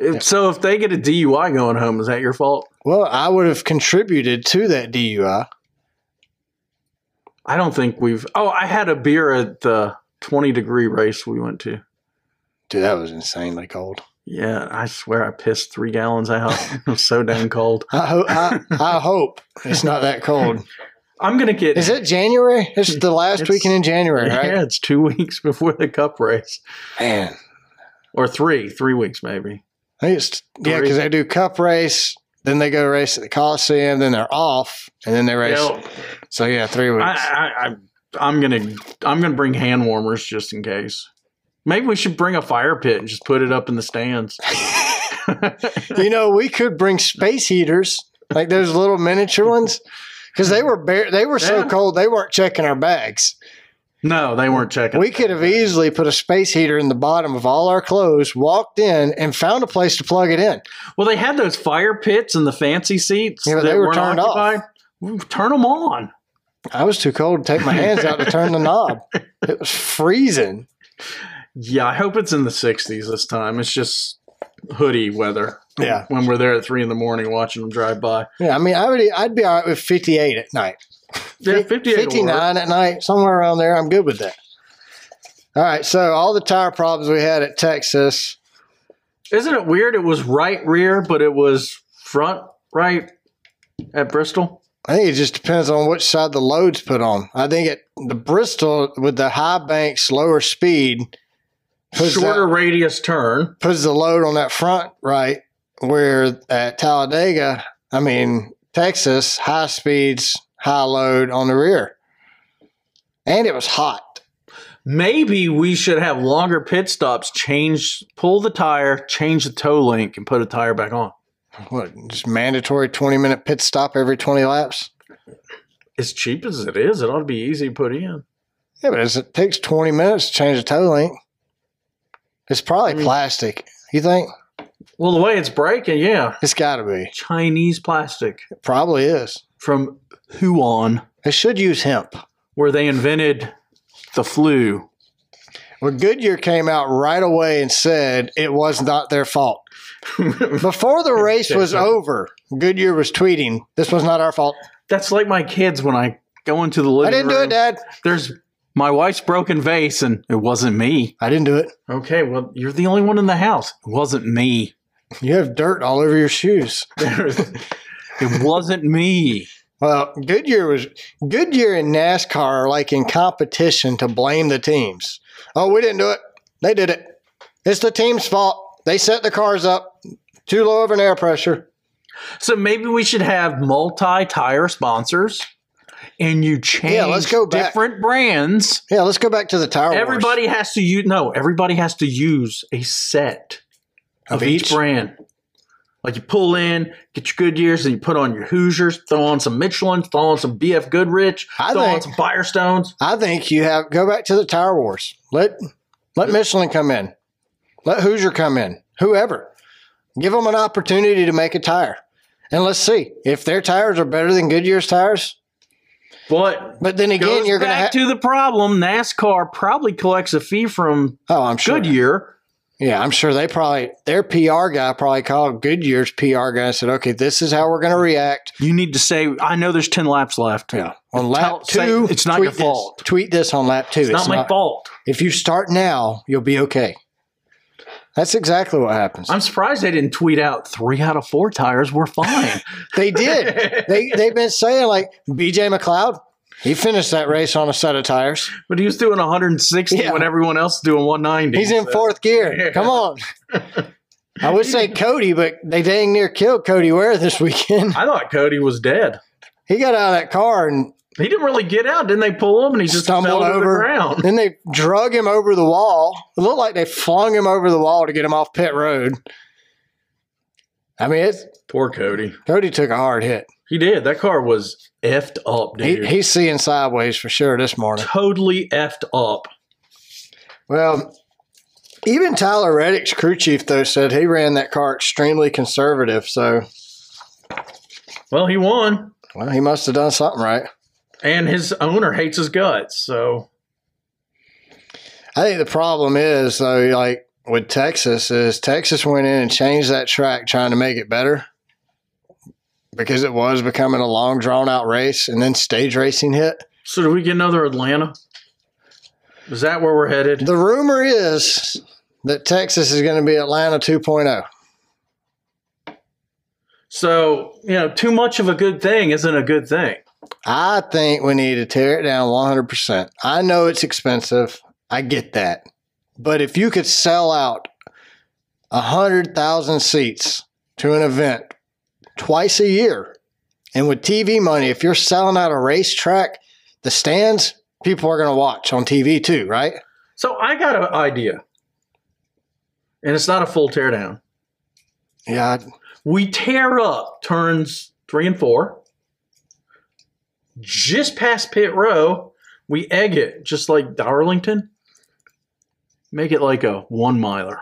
If- So if they get a DUI going home, is that your fault?
Well, I would have contributed to that DUI.
I don't think we've. Oh, I had a beer at the 20 degree race we went to.
Dude, that was insanely cold.
Yeah, I swear I pissed three gallons out.
[laughs]
it was so dang cold.
I, ho- I,
[laughs]
I hope it's not that cold.
I'm gonna get.
Is it January? It's the last
It's-
weekend in January, right?
[laughs] Yeah, it's two [laughs] weeks before the cup race,
Man.
or three, three weeks maybe.
I think it's, yeah,
Three.
because they do cup race, then they go race at the Coliseum, then they're off, and then they race.
Yeah,
So, yeah, three
I,
weeks.
I, I, I'm gonna, I'm gonna bring hand warmers just in case. Maybe we should bring a fire pit and just put it up in
[laughs]
the stands. [laughs]
you know, we could bring space heaters, like those little miniature ones, because they were bare, they were so
Mm. Yeah.
cold they weren't checking our bags.
No, they weren't checking.
We could have easily put a space heater in the bottom of all our clothes, walked in, and found a place to plug it in.
Well, they had those fire pits and the fancy seats.
Yeah, but they were turned off.
off. Turn them on.
I was too cold to take my hands out to turn the knob. It was freezing.
Yeah, I hope it's in the 60s this time. It's just hoodie weather.
Yeah.
When we're there at three in the morning watching them drive by.
Yeah, I mean, I would, I'd be all right with 58 at night.
Yeah, 58 will work.
59 at night, somewhere around there. I'm good with that. All right, so all the tire problems we had at Texas.
Isn't it weird? It was right rear, but it was front right at Bristol.
I think it just depends on which side the load's put on. I think it the Bristol with the high bank, slower speed puts,
Shorter
that,
radius turn.
puts the load on that front right. Where at Talladega, I mean Texas, high speeds, high load on the rear, and it was hot.
Maybe we should have longer pit stops. Change, pull the tire, change the toe link, and put a tire back on.
What just mandatory twenty minute pit stop every twenty laps?
As cheap as it is, it ought to be easy to put in.
Yeah, but it's, it takes twenty minutes to change a toe link. It's probably
Mm.
plastic. You think
Well, the way it's breaking, yeah,
it's got to be?
Chinese plastic
It probably is.
from Huon,
It should use hemp.
where they invented
[laughs]
the flu.
Well, Goodyear came out right away and said it was not their fault. Before
[laughs]
the race was over, Goodyear was tweeting, "This was not our fault.
That's like my kids when I go into the
I
living
didn't do
room.
it, Dad.
There's my wife's broken vase, and it wasn't me.
I didn't do it.
Okay, well, you're the only one in the house. It
[laughs]
wasn't me.
You have dirt all over your shoes."
it wasn't me.
Well, Goodyear was Goodyear and NASCAR are like in competition to blame the teams. Oh, we didn't do it. They did it. It's the team's fault. They set the cars up too low of an air pressure.
So maybe we should have multi-tire sponsors, and you change
Yeah, let's go back.
different brands.
Yeah, let's go back to the tire. wars.
Everybody has to use no. Everybody has to use a set of,
Of
each?
each?
brand. Like you pull in, get your Goodyears, and you put on your Hoosiers. Throw on some Michelin. Throw on some BF Goodrich.
I
throw on
think-
some Firestones.
I think you have go back to the tire wars. Let let Michelin come in. Let Hoosier come in. Whoever. Give them an opportunity to make a tire. And let's see if their tires are better than Goodyear's tires.
But
But then again,
goes
you're going
back
have
to the problem. NASCAR probably collects a fee from
Oh, I'm sure.
Goodyear.
Yeah, I'm sure they probably their PR guy probably called Goodyear's PR guy and said, "Okay, this is how we're going to react."
You need to say, I know there's 10 laps left.
Yeah, on lap
Tell- say,
two,
"It's not
tweet
your
this.
fault."
Tweet this on lap two.
It's, not my fault.
If you start now, you'll be okay. That's exactly what happens.
I'm surprised they didn't tweet out three out of four tires were fine.
they [laughs]
[laughs]
did. they they've been saying like B.J. McLeod, he finished that race on a set of tires.
But he was doing 160
Yeah.
when everyone else is doing 190.
He's in
so-
fourth gear. Come on. I would say Cody, but they dang near killed Cody Ware this weekend. [laughs]
I thought Cody was dead.
He got out of that car and
He didn't really get out. Didn't they pull him and he just
Stumbled
fell to the
over.
ground? [laughs]
Then they drug him over the wall. It looked like they flung him over the wall to get him off pit road. I mean, it's,
Poor Cody.
Cody took a hard hit.
He did. That car was effed up,
He,
dude.
he's seeing sideways for sure this morning.
totally effed up.
Well, even Tyler Reddick's crew chief, though, said he ran that car extremely conservative. So,
Well, he won.
well, he must have done something right.
And his owner hates his guts. So
I think the problem is, though, like with Texas, is Texas went in and changed that track trying to make it better because it was becoming a long, drawn out race. And then stage racing hit.
so do we get another Atlanta? Is that where we're headed?
The rumor is that Texas is going to be Atlanta oh. 2.0.
so, you know, too much of a good thing isn't a good thing.
I think we need to tear it down 100%. I know it's expensive. I get that. But if you could sell out 100,000 seats to an event twice a year, and with TV money, if you're selling out a racetrack, the stands, people are going to watch on TV too, right?
So I got an idea. And it's not a full teardown.
Yeah.
We tear up turns three and four. Just past pit row, we egg it just like Darlington. Make it like a one miler.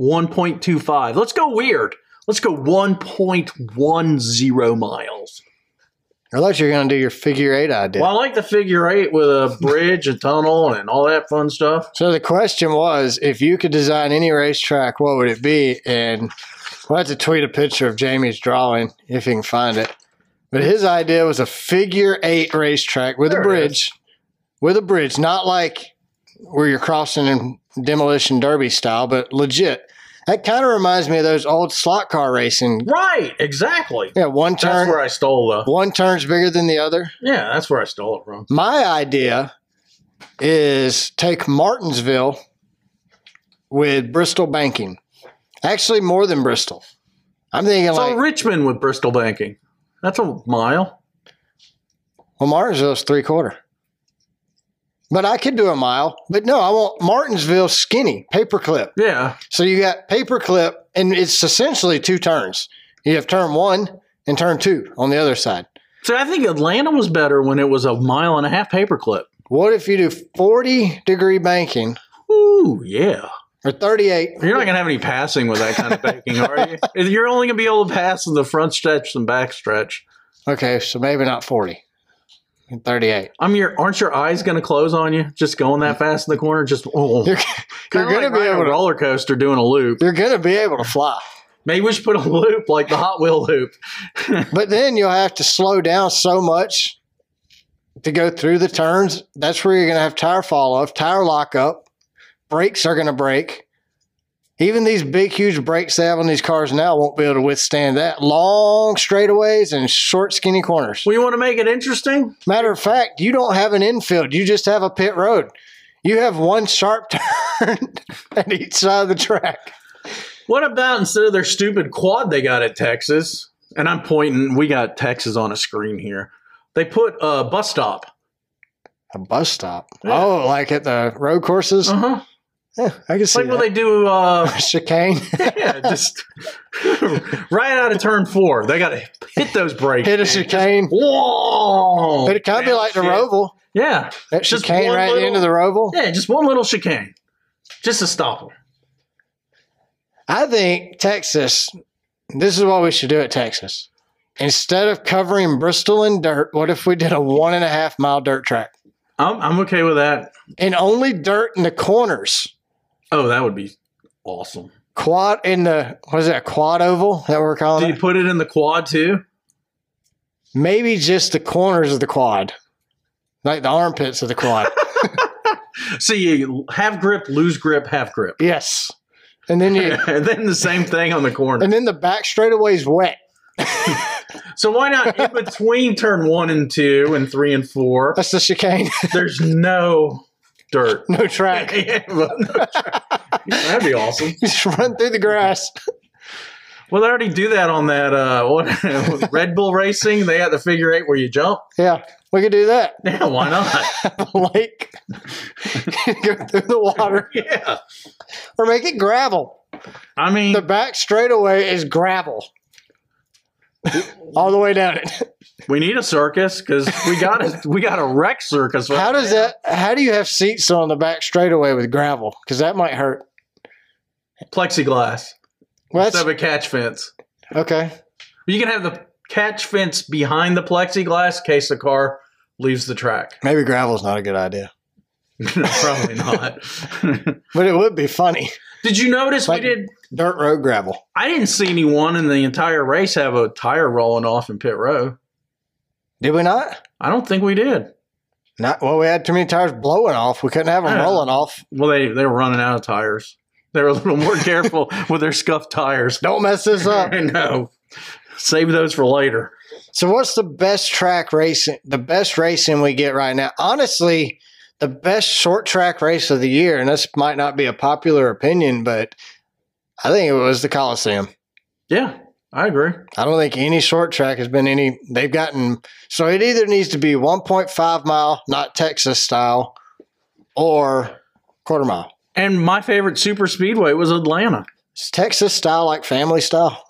1.25. Let's go weird. Let's go 1.10 miles.
I thought you were going to do your figure eight idea.
Well, I like the figure eight with a bridge, a tunnel, and all that fun stuff.
So the question was, if you could design any racetrack, what would it be? And we'll have to tweet a picture of Jamie's drawing if he can find it. But his idea was a figure eight racetrack with
There
a
it
bridge, with a bridge, not like where you're crossing in demolition derby style, but legit. That kind of reminds me of those old slot car racing.
Right, exactly.
Yeah, one
That's
turn,
where I stole the.
one turn's bigger than the other.
Yeah, that's where I stole it from.
My idea is take Martinsville with Bristol banking. Actually, more than Bristol. I'm thinking
So
like
Richmond with Bristol banking. That's a mile.
Well, Martinsville's three quarter. But I could do a mile. But no, I want Martinsville skinny, paperclip.
Yeah,
So you got paperclip, and it's essentially two turns. You have turn one and turn two on the other side.
So I think Atlanta was better when it was a mile and a half paperclip.
What if you do 40 degree banking
Ooh, yeah.
or 38?
You're not gonna have any passing with that kind of banking, are you? [laughs] You're only gonna be able to pass in the front stretch and back stretch.
Okay, so maybe not 40 and 38.
I'm your aren't your eyes gonna close on you just going that fast in the corner? Just oh,
You're, you're
Kinda
gonna
like
be
riding
able
a
to.
roller coaster doing a loop.
You're gonna be able to fly,
Maybe we should put a loop like the Hot Wheel loop.
but then you'll have to slow down so much to go through the turns. That's where you're going to have tire fall off, tire lock up, brakes are going to break. Even these big, huge brakes they have on these cars now won't be able to withstand that. Long straightaways and short, skinny corners.
We want to make it interesting.
Matter of fact, you don't have an infield, you just have a pit road. You have one sharp [laughs] turn at each side of the track.
What about instead of their stupid quad they got at Texas? And I'm pointing. We got Texas on a screen here. They put a bus stop.
A bus stop.
Yeah.
Oh, like at the road courses?
Uh huh.
Yeah, I can see
like what
that.
they
[laughs]
do uh
Chicane.
yeah just [laughs] right out of turn four they gotta hit those brakes
Hit a
dude.
chicane.
whoa
But it kind of be
Damn
like the
shit.
Roval.
yeah
That
Just
chicane
one
right
little-
into the Roval.
yeah just one little chicane just to stop them
I think Texas, this is what we should do at Texas. Instead of covering Bristol in dirt, what if we did a one and a half mile dirt track?
I'm, I'm okay with that
And only dirt in the corners.
oh that would be awesome
Quad in the, what is that, quad oval that we're
do
calling
you
it?
put it in the quad too
Maybe just the corners of the quad, like the armpits of the
[laughs]
quad.
so you have grip lose grip half grip
yes. And then you,
[laughs] and then the same thing on the corner
and then the back straightaway is wet.
so why not in between turn one and two and three and
[laughs]
four
That's the chicane,
there's no dirt
no track.
[laughs] Yeah, but no track. That'd be awesome.
[laughs] just run through the grass. [laughs]
Well, they already do that on that uh, [laughs] what Red Bull Racing. They got the figure eight where you jump. [laughs]
Yeah, we could do that. [laughs]
Yeah, why not?
Lake, [laughs] go through the water,
yeah,
or make it gravel.
I mean,
The back straightaway is gravel, all the way down it.
we need a circus because we got a we got a wreck circus. right
How does
now.
that? How do you have seats on the back straightaway with gravel? Because that might hurt.
plexiglass
Well,
instead
that's
of a catch fence?
okay.
You can have the catch fence behind the plexiglass in case the car leaves the track. [laughs]
Maybe gravel's not a good idea,
Probably not.
[laughs] but it would be funny.
Did you notice
Like-
we did?
Dirt road gravel.
I didn't see anyone in the entire race have a tire rolling off in pit row.
Did we not?
I don't think we did.
Not well. We had too many tires blowing off. We couldn't have them
Yeah.
rolling off.
Well, they they were running out of tires. They were a
[laughs]
little more careful with their scuffed tires.
Don't mess this up.
[laughs] I know. Save those for later.
So what's the best track racing? The best racing we get right now, honestly, the best short track race of the year, and this might not be a popular opinion, but I think it was the Coliseum.
Yeah, I agree.
I don't think any short track has been any. They've gotten so it either needs to be 1.5 mile, not Texas style, or quarter mile.
And my favorite super speedway was Atlanta.
It's Texas style, like family style.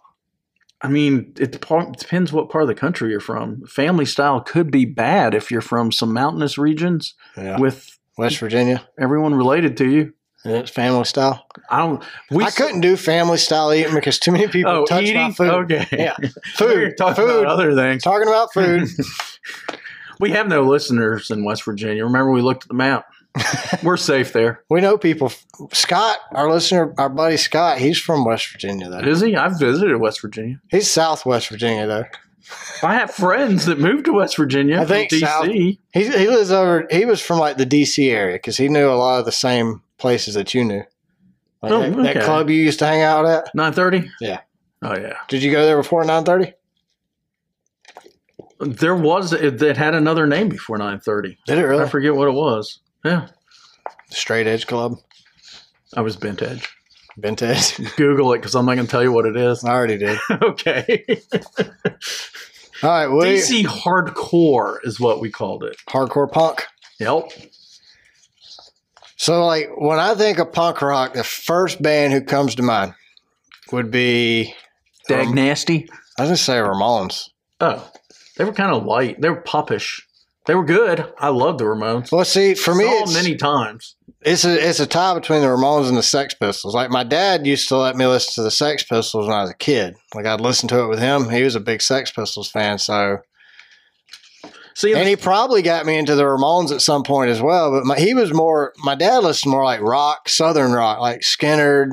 I mean, it dep- depends what part of the country you're from. Family style could be bad if you're from some mountainous regions
Yeah.
with
West Virginia,
everyone related to you.
and it's family style.
I don't. We
I couldn't do family style eating because too many people
Oh,
touch my
eating.
food.
Okay. [laughs]
Yeah,
Food.
food,
Talking
food.
about other things.
Talking about food.
[laughs] We have no listeners in West Virginia. Remember, we looked at the map.
[laughs]
We're safe there.
We know people. Scott, our listener, our buddy Scott, he's from West Virginia, though.
Is he? I've visited West Virginia.
He's Southwest Virginia, though.
I have friends that moved to West Virginia
I
from
think South-
DC.
He he lives over. He was from like the DC area because he knew a lot of the same places that you knew. Like
Oh,
that, that
okay.
club you used to hang out at.
Nine thirty.
Yeah.
Oh yeah.
Did you go there before nine thirty?
There was it that had another name before nine thirty.
Did it
I
really?
forget what it was. Yeah.
Straight Edge Club,
I was bent edge.
vintage. [laughs]
Google it because I'm not going to tell you what it is.
I already did.
[laughs] okay.
All right, we
DC hardcore is what we called it.
hardcore punk.
Yep.
So, like, when I think of punk rock, the first band who comes to mind would be
Dag
Um,
nasty.
I was gonna say Ramones.
Oh, they were kind of light. They were puppish. They were good. I love the Ramones.
Well, see, for me,
Saw
it's,
many times.
it's a it's a tie between the Ramones and the Sex Pistols. Like my dad used to let me listen to the Sex Pistols when I was a kid. Like I'd listen to it with him. He was a big Sex Pistols fan, so
See,
and he probably got me into the Ramones at some point as well. But my, he was more my dad listened more like rock, Southern rock, like Skinner.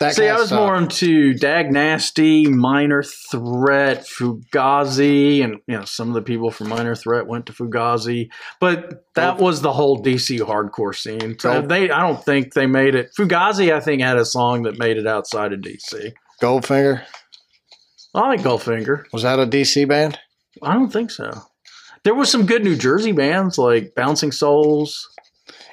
That
See,
kind
I
of
was
stuff.
more into Dag Nasty, Minor Threat, Fugazi, and you know some of the people from Minor Threat went to Fugazi, but that was the whole DC hardcore scene. So
Nope.
they, I don't think they made it. Fugazi, I think, had a song that made it outside of DC.
Goldfinger.
I like Goldfinger.
Was that a DC band?
I don't think so. There was some good New Jersey bands like Bouncing Souls.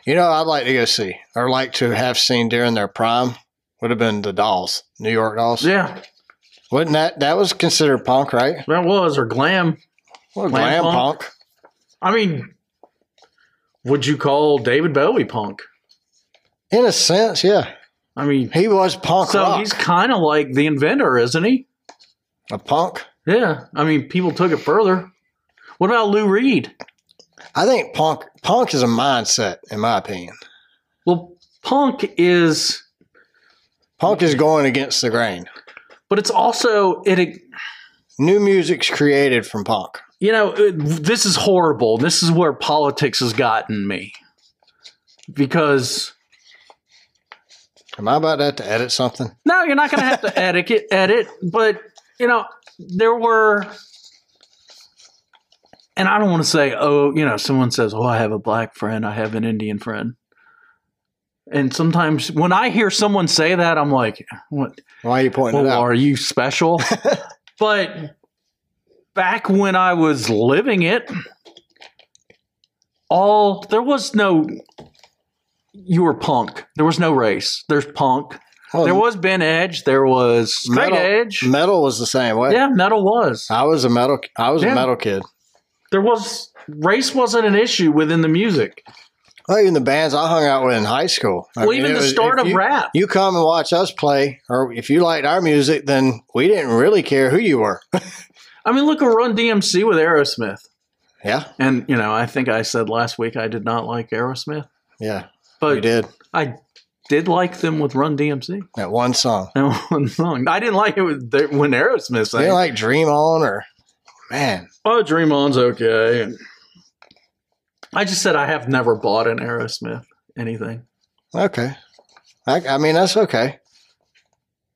You know, I'd like to go see or like to have seen during their prime would have been the Dolls, New York Dolls.
Yeah,
Wasn't that that was considered punk, right?
that was or Glam.
Well,
Glam
glam,
punk.
punk.
I mean, would you call David Bowie punk?
in a sense. Yeah,
I mean,
he was punk
so
rock.
he's kind of like the inventor, isn't he?
a punk.
Yeah. I mean, people took it further. What about Lou Reed?
I think punk punk is a mindset, in my opinion.
Well, punk is,
Punk is going against the grain.
but it's also it.
New music's created from punk.
You know, it, this is horrible. This is where politics has gotten me because
Am I about to have to edit something?
no, you're not going to have to edit it, edit. But you know, there were. And I don't want to say, oh, you know, someone says, oh, I have a black friend, I have an Indian friend. And sometimes when I hear someone say that, I'm like, what?
Why are you pointing
Well,
it out?
are
[laughs]
you special? but back when I was living it, all there was no you were punk. There was no race. There's punk.
Well,
There was Ben Edge. There was
Oh,
Straight
metal,
Edge.
Metal was the same way.
Yeah, metal was.
I was a metal. I was
Yeah.
a metal kid.
There was race wasn't an issue within the music.
Well, even the bands I hung out with in high school. I
well,
mean,
even
it
the
was-
start
if
of
you-
rap.
You come and watch us play, or if you liked our music, then we didn't really care who you were.
I mean, look at Run DMC with Aerosmith.
yeah,
And you know, I think I said last week I did not like Aerosmith,
yeah,
but
we did
I did like them with Run DMC.
that one song.
That one song. I didn't like it with the, when Aerosmith
They
sang.
didn't like Dream On or man.
oh, Dream On's okay. And I just said I have never bought an Aerosmith anything.
Okay, I, I mean that's okay.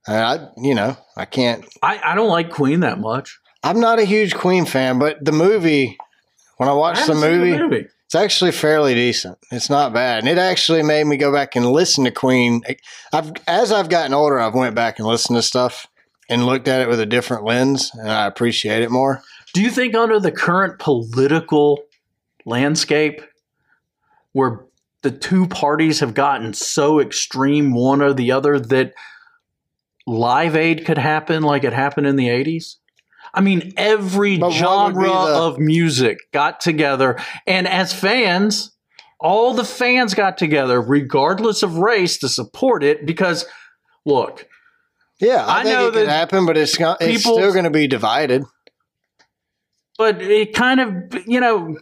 And I, you know, I can't.
I, I don't like Queen that much.
I'm not a huge Queen fan, but the movie. When I
I
watched the
haven't seen
movie, it's actually fairly decent. It's not bad, and it actually made me go back and listen to Queen. I've as I've gotten older, I've went back and listened to stuff and looked at it with a different lens, and I appreciate it more.
Do you think under the current political landscape, where the two parties have gotten so extreme, one or the other, that Live Aid could happen like it happened in the eighties? I mean, every
But what would be
genre
the-
of music got together, and as fans, all the fans got together, regardless of race, to support it. Because, look,
Yeah, I,
I
think
know
it could
that
happen, but it's go- it's
people-
still going to be divided.
but it kind of you know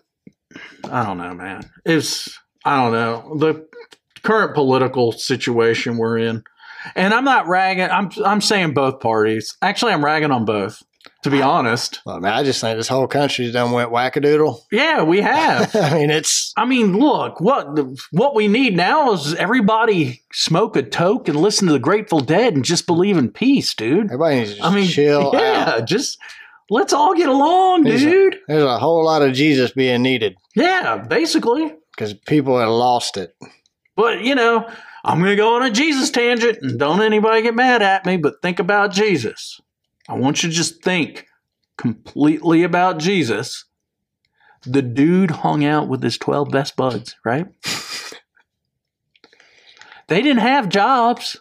i don't know man it's i don't know the current political situation we're in and i'm not ragging i'm i'm saying both parties actually i'm ragging on both to be honest
Well, I mean, I just think this whole country's done went wackadoodle.
yeah we have
I mean, it's
[laughs] I mean, look what the, what we need now is everybody smoke a toke and listen to the Grateful Dead and just believe in peace, dude.
everybody needs to just
I mean,
chill
yeah,
out.
just Let's all get along,
He's a-
dude.
There's a whole lot of Jesus being needed
Yeah, basically.
because people have lost
[laughs]
it.
But, you know, I'm going to go on a Jesus tangent and don't anybody get mad at me, but think about Jesus. I want you to just think completely about Jesus. The dude hung out with his 12 best buds, right? they didn't have jobs.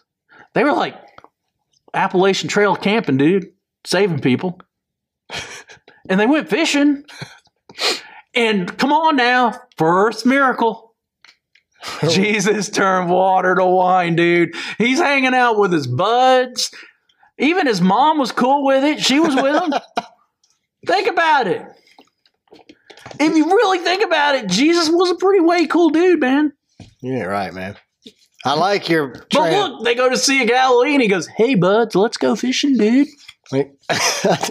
They were like Appalachian Trail camping, dude, saving people. and they went fishing. And come on now, first miracle. [laughs] Jesus turned water to wine, dude. He's hanging out with his buds. Even his mom was cool with it. She was with [laughs] him. think about it. If you really think about it, Jesus was a pretty way cool dude, man.
You're right, man. I like your.
But
train-
look, they go to see a Galilee and he goes, Hey, buds, let's go fishing, dude.
Wait.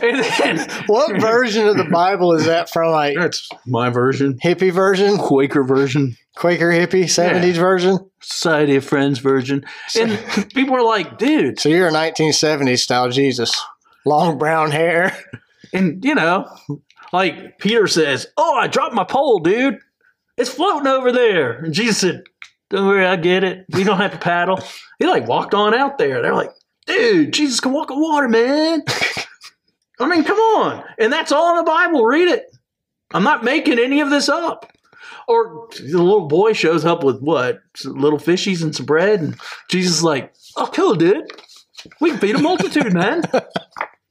And then,
[laughs] what version of the Bible is that from? Like
[laughs] That's my version,
hippie version,
Quaker version.
Quaker hippie, 70s version?
Society of Friends version. And [laughs] people are like, dude,
So you're a 1970s style Jesus. Long brown hair.
And you know, like Peter says, "Oh, I dropped my pole, dude. It's floating over there." And Jesus said, "Don't worry, I get it. You don't have to paddle." He like walked on out there. They're like, "Dude, Jesus can walk on water, man." I mean, come on. And that's all in the Bible. Read it. I'm not making any of this up. Or the little boy shows up with what? Some Little fishies and some bread. And Jesus is like, oh, cool, dude. We can feed a
[laughs]
multitude, man.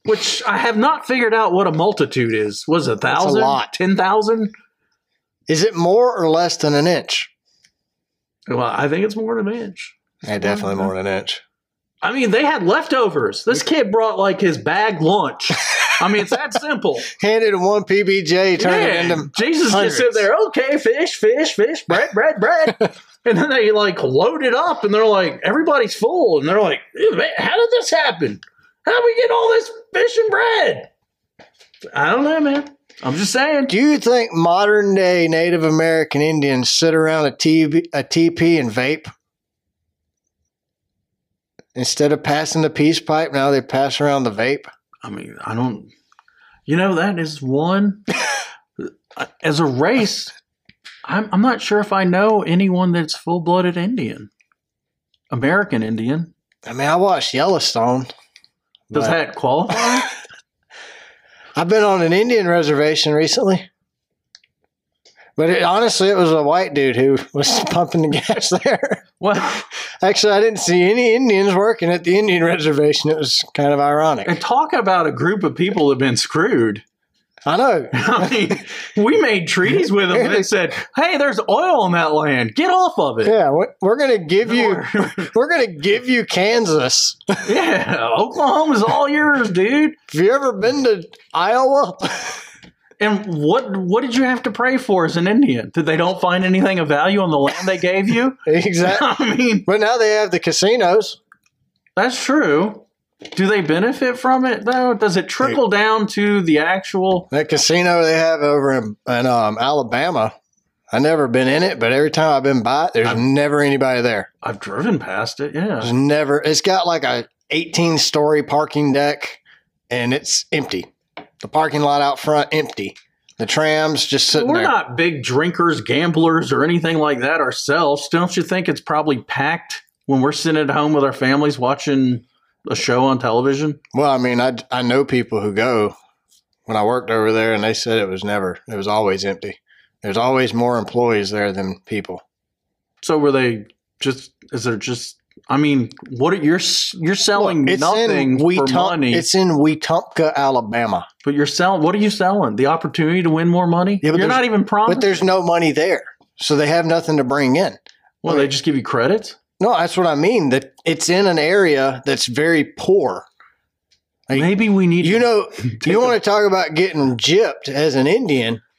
Which I have not figured out what a multitude is. Was it a
That's a
thousand?
lot.
Ten thousand?
Is it more or less than an inch?
Well, I think it's more than an inch.
Yeah, definitely more than an inch.
I mean, they had leftovers. This kid brought like his bag lunch. I mean,
[laughs]
it's that simple.
Handed him one PBJ, turned it
Yeah,
into.
Jesus
hundreds.
just sit there, okay, fish, fish, fish, bread,
[laughs]
bread, bread. and then they like load it up and they're like, everybody's full. And they're like, "Ew, man, how did this happen? How did we get all this fish and bread? I don't know, man. I'm just saying.
Do you think modern day Native American Indians sit around a TV, a TP and vape? Instead of passing the peace pipe, now they pass around the vape.
I mean, I don't, you know, that is one, [coughs] as a race, I'm, I'm not sure if I know anyone that's full blooded Indian, American Indian.
I mean, I watched Yellowstone. but
Does that qualify?
I've been on an Indian reservation recently. But it, honestly, it was a white dude who was [laughs] pumping the gas there.
well, [laughs]
Actually, I didn't see any Indians working at the Indian reservation. It was kind of ironic.
And talk about a group of people that have been screwed. [laughs]
I know.
I mean, we made treaties with them that said, hey, there's oil on that land. Get off of it.
Yeah, we- we're going to give you [laughs] We're gonna give you Kansas.
[laughs] yeah, Oklahoma's all yours, dude.
Have you ever been to Iowa? [laughs]
And what what did you have to pray for as an Indian? Did they don't find anything of value on the land they
[laughs]
gave you?
exactly.
[laughs] I mean,
But now they have the casinos.
that's true. Do they benefit from it though? Does it trickle down to the actual
That casino they have over in, in um, Alabama. I never been in it, but every time I've been by it, there's never anybody there.
I've driven past it, yeah.
There's never. It's got like a 18 story parking deck, and it's empty. The parking lot out front empty. The trams just sitting
We're
there.
not big drinkers, gamblers, or anything like that ourselves. Don't you think it's probably packed when we're sitting at home with our families watching a show on television?
Well, I mean, I I know people who go when I worked over there, and they said it was never, it was always empty. There's always more employees there than people.
So were they just? Is there just? I mean, what are you're s- you're selling
Look,
nothing
in
for
Wetumpka-
money,
It's in Wetumpka, Alabama,
but you're selling. What are you selling? The opportunity to win more money?
Yeah, but
you're
there's-
not even promised.
but there's no money there, so they have nothing to bring in.
well, they just give you credits.
No, that's what I mean. That it's in an area that's very poor. Hey,
Maybe we need
You know, you want to talk about getting gypped as an Indian? [laughs]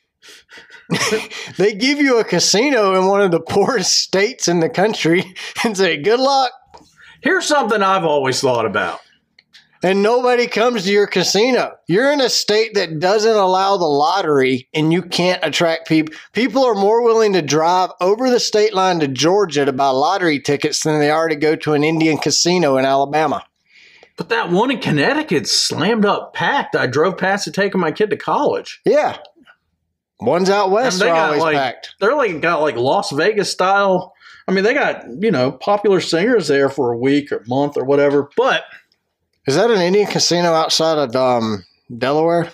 they give you a casino in one of the poorest states in the country [laughs] and say, "Good luck."
Here's something I've always thought about.
and nobody comes to your casino. You're in a state that doesn't allow the lottery and you can't attract people. People are more willing to drive over the state line to Georgia to buy lottery tickets than they are to go to an Indian casino in Alabama.
But that one in Connecticut slammed up packed. I drove past it taking my kid to college.
Yeah. Ones out west
they
are
got,
always
like-
packed.
They're like got like Las Vegas style. I mean, they got, you know, popular singers there for a week or month or whatever. But
Is that an Indian casino outside of um, Delaware?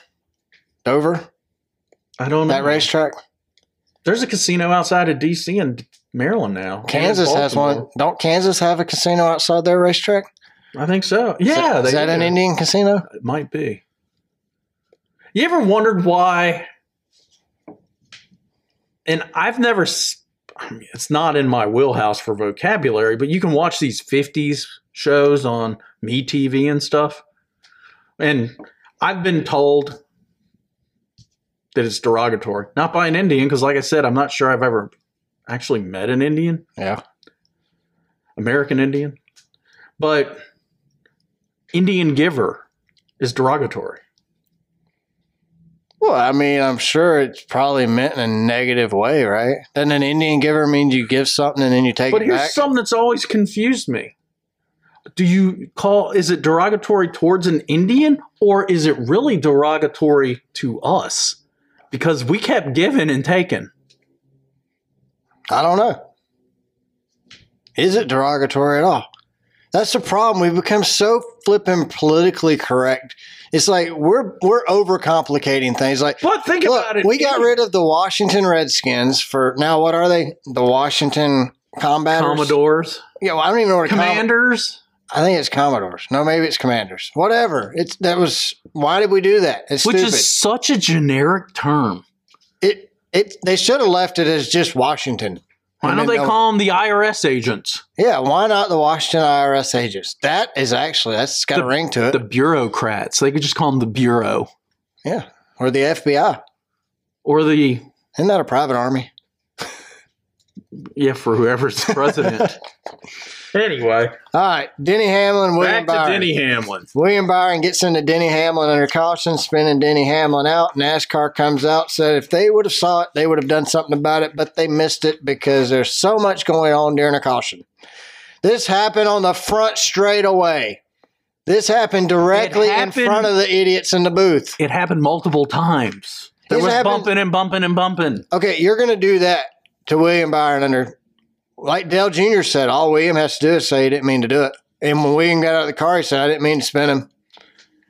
Dover?
Mm-hmm. I don't know.
That racetrack?
There's a casino outside of DC and Maryland now.
Kansas
And
has one.
Baltimore.
Don't Kansas have a casino outside their racetrack?
I think so.
Is
Yeah.
that- Is
they
that an
do.
Indian casino?
It might be. You ever wondered why? And I've never, s- I mean, it's not in my wheelhouse for vocabulary, but you can watch these 50s shows on MeTV and stuff. And I've been told that it's derogatory, not by an Indian, because like I said, I'm not sure I've ever actually met an Indian.
Yeah.
American Indian. But Indian giver is derogatory.
Well, I mean, I'm sure it's probably meant in a negative way, right? Doesn't an Indian giver mean you give something and then you take
But
it
here's
back?
something that's always confused me. Do you call is it derogatory towards an Indian or is it really derogatory to us? Because we kept giving and taking.
I don't know. Is it derogatory at all? That's the problem. We've become so flippin' politically correct. It's like we're we're overcomplicating things. Like
But think
look,
about it.
we got rid of the Washington Redskins for now. What are they? The Washington Combatants.
Commodores,
Yeah, well, I don't even know what a com-
commanders.
I think it's Commodores. No, maybe it's Commanders. Whatever. It's that was. Why did we do that? It's
which
stupid.
is such a generic term.
it it they should have left it as just Washington.
Why
And
don't
then
they
no-
call them the IRS agents,
Yeah, why not the Washington IRS agents? That is actually that's got
The-
a ring to it.
the bureaucrats? They could just call them the bureau
or the FBI.
or the
Isn't that a private army?
yeah for whoever's
[laughs] president. Anyway,
All right, Denny Hamlin, William
back to
Byron.
Denny Hamlin.
William Byron gets into Denny Hamlin under caution, spinning Denny Hamlin out. NASCAR comes out, said if they would have saw it, they would have done something about it, but they missed it because there's so much going on during a caution. This happened on the front straightaway. This happened directly in
happened-
front of the idiots in the booth.
It happened multiple times. There
This
was
happened-
bumping and bumping and bumping.
Okay, you're going to do that to William Byron under, like Dale Jr. said, all William has to do is say he didn't mean to do it. And when William got out of the car, he said, I didn't mean to spin him.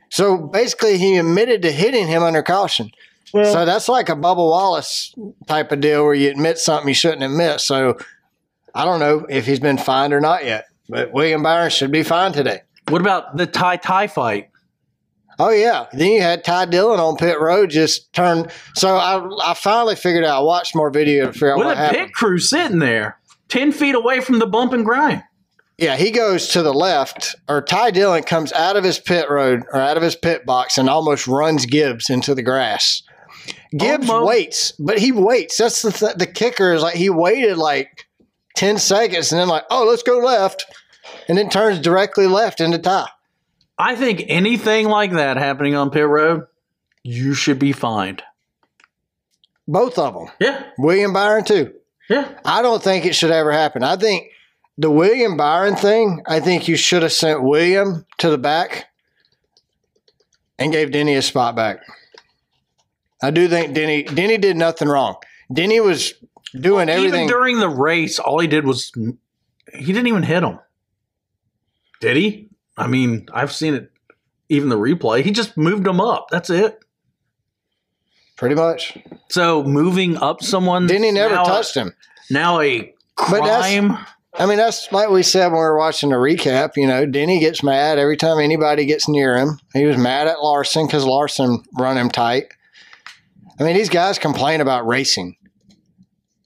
So basically, he admitted to hitting him under caution.
Well-
so that's like a Bubba Wallace type of deal where you admit something you shouldn't admit. So I don't know if he's been fined or not yet, but William Byron should be fined today.
What about the tie tie fight?
Oh yeah. Then you had Ty Dillon on pit road just turned. So I I finally figured out. I watched more video to figure out
With
Oh, what
a
happened.
pit crew sitting there, ten feet away from the bump and grind.
Yeah, he goes to the left, or Ty Dillon comes out of his pit road or out of his pit box and almost runs Gibbs into the grass. Gibbs
Almost.
waits, but he waits. That's the th- the kicker is like he waited like ten seconds and then like, oh, let's go left, and then turns directly left into Ty.
I think anything like that happening on pit road, you should be fined.
Both of them,
Yeah,
William Byron too.
yeah.
I don't think it should ever happen. I think the William Byron thing, I think you should have sent William to the back and gave Denny his spot back. I do think Denny Denny did nothing wrong. Denny was doing
Even
everything.
during the race, all he did was he didn't even hit him. Did he? I mean, I've seen it. Even the replay, he just moved him up. That's it.
pretty much.
So moving up someone,
Denny never
now, uh,
touched him.
Now a
that's-
crime.
I mean, that's like we said when we were watching the recap. You know, Denny gets mad every time anybody gets near him. He was mad at Larson because Larson run him tight. I mean, these guys complain about racing.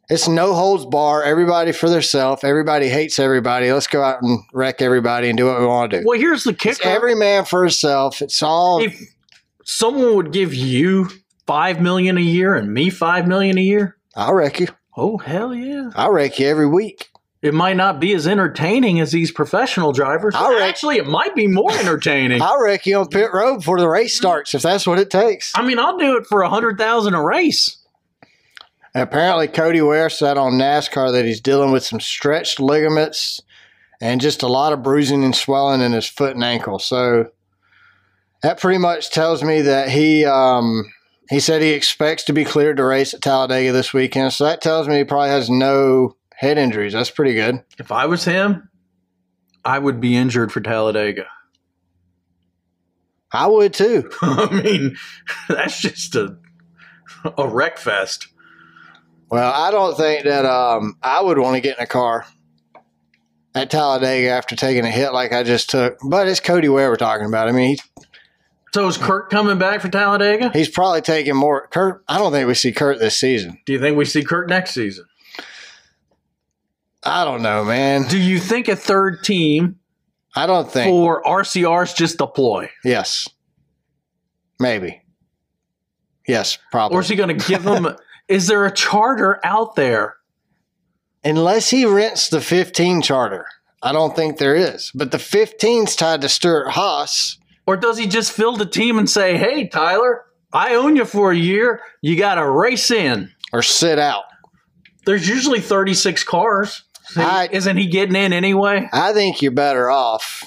It's no holds bar. Everybody for themselves. Everybody hates everybody. Let's go out and wreck everybody and do what we want to do.
well, here's the
It's
kicker.
every man for himself. It's all.
if someone would give you five million a year and me five million a year,
I'll wreck you.
oh hell yeah!
I'll wreck you every week.
it might not be as entertaining as these professional drivers.
I reckon-
Actually, it might be more entertaining.
I'll wreck you on pit road before the race starts if that's what it takes.
Mm-hmm. I mean, I'll do it for a hundred thousand a race.
Apparently, Cody Ware said on NASCAR that he's dealing with some stretched ligaments and just a lot of bruising and swelling in his foot and ankle. So that pretty much tells me that he um, he said he expects to be cleared to race at Talladega this weekend. So that tells me he probably has no head injuries. That's pretty good.
If I was him, I would be injured for Talladega. [laughs]
I would too.
I mean, [laughs] that's just a a wreck fest.
Well, I don't think that um, I would want to get in a car at Talladega after taking a hit like I just took. But it's Cody Ware we're talking about. I mean, he's,
So is Kurt coming back for Talladega?
he's probably taking more. Kurt, I don't think we see Kurt this season.
Do you think we see Kurt next season?
I don't know, man.
Do you think a third team
I don't think.
for RCR is just a ploy?
Yes. Maybe. Yes, probably.
Or is he going to
[laughs]
give them? is there a charter out there?
Unless he rents the 15 charter. I don't think there is. But the 15's tied to Stuart Haas.
Or does he just fill the team and say, hey, Tyler, I own you for a year. You got to race in.
Or sit out.
There's usually 36 cars. So
I-
isn't he getting in anyway?
I think you're better off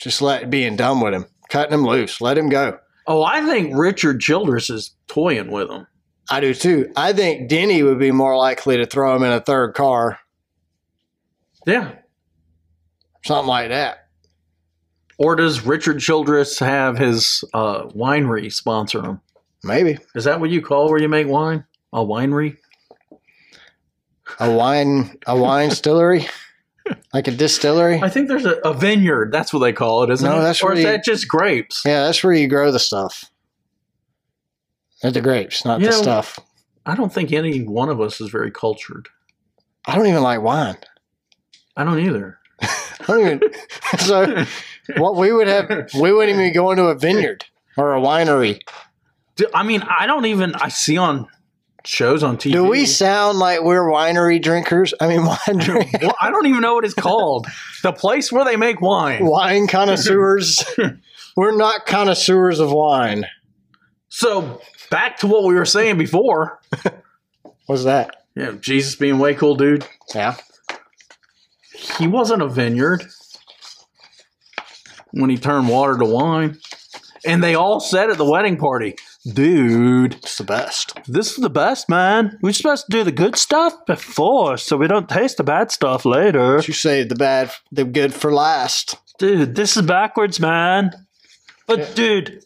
just let being done with him, cutting him loose, let him go.
Oh, I think Richard Childress is toying with him.
I do too. I think Denny would be more likely to throw him in a third car,
Yeah.
something like that.
Or does Richard Childress have his uh, winery sponsor him?
Maybe
Is that what you call where you make wine? A winery?
a wine, a
[laughs]
wine distillery, like a distillery.
I think there's a, a vineyard. That's what they call it, isn't
No,
it?
that's
or
where
is
you-
that just grapes?
Yeah, that's where you grow the stuff. At the grapes, not
You
the
know-
stuff.
I don't think any one of us is very cultured.
I don't even like wine.
I don't either.
I don't even. [laughs] so, what we would have, we wouldn't even go into a vineyard or a winery.
Do- I mean, I don't even. I see on shows on TV.
Do we sound like we're winery drinkers? I mean,
[laughs]
wine drink,
well, I don't even know what
[laughs]
it's called. the place where they make wine.
wine
[laughs]
connoisseurs. we're not connoisseurs of wine.
So back to what we were saying before.
What's that?
Yeah, Jesus being way cool, dude.
Yeah.
He wasn't a vineyard when he turned water to wine. And they all said at the wedding party, dude,
It's the best.
This is the best, man. We're supposed to do the good stuff before so we don't taste the bad stuff later.
You saved the bad, the good for last.
Dude, this is backwards, man. But, dude,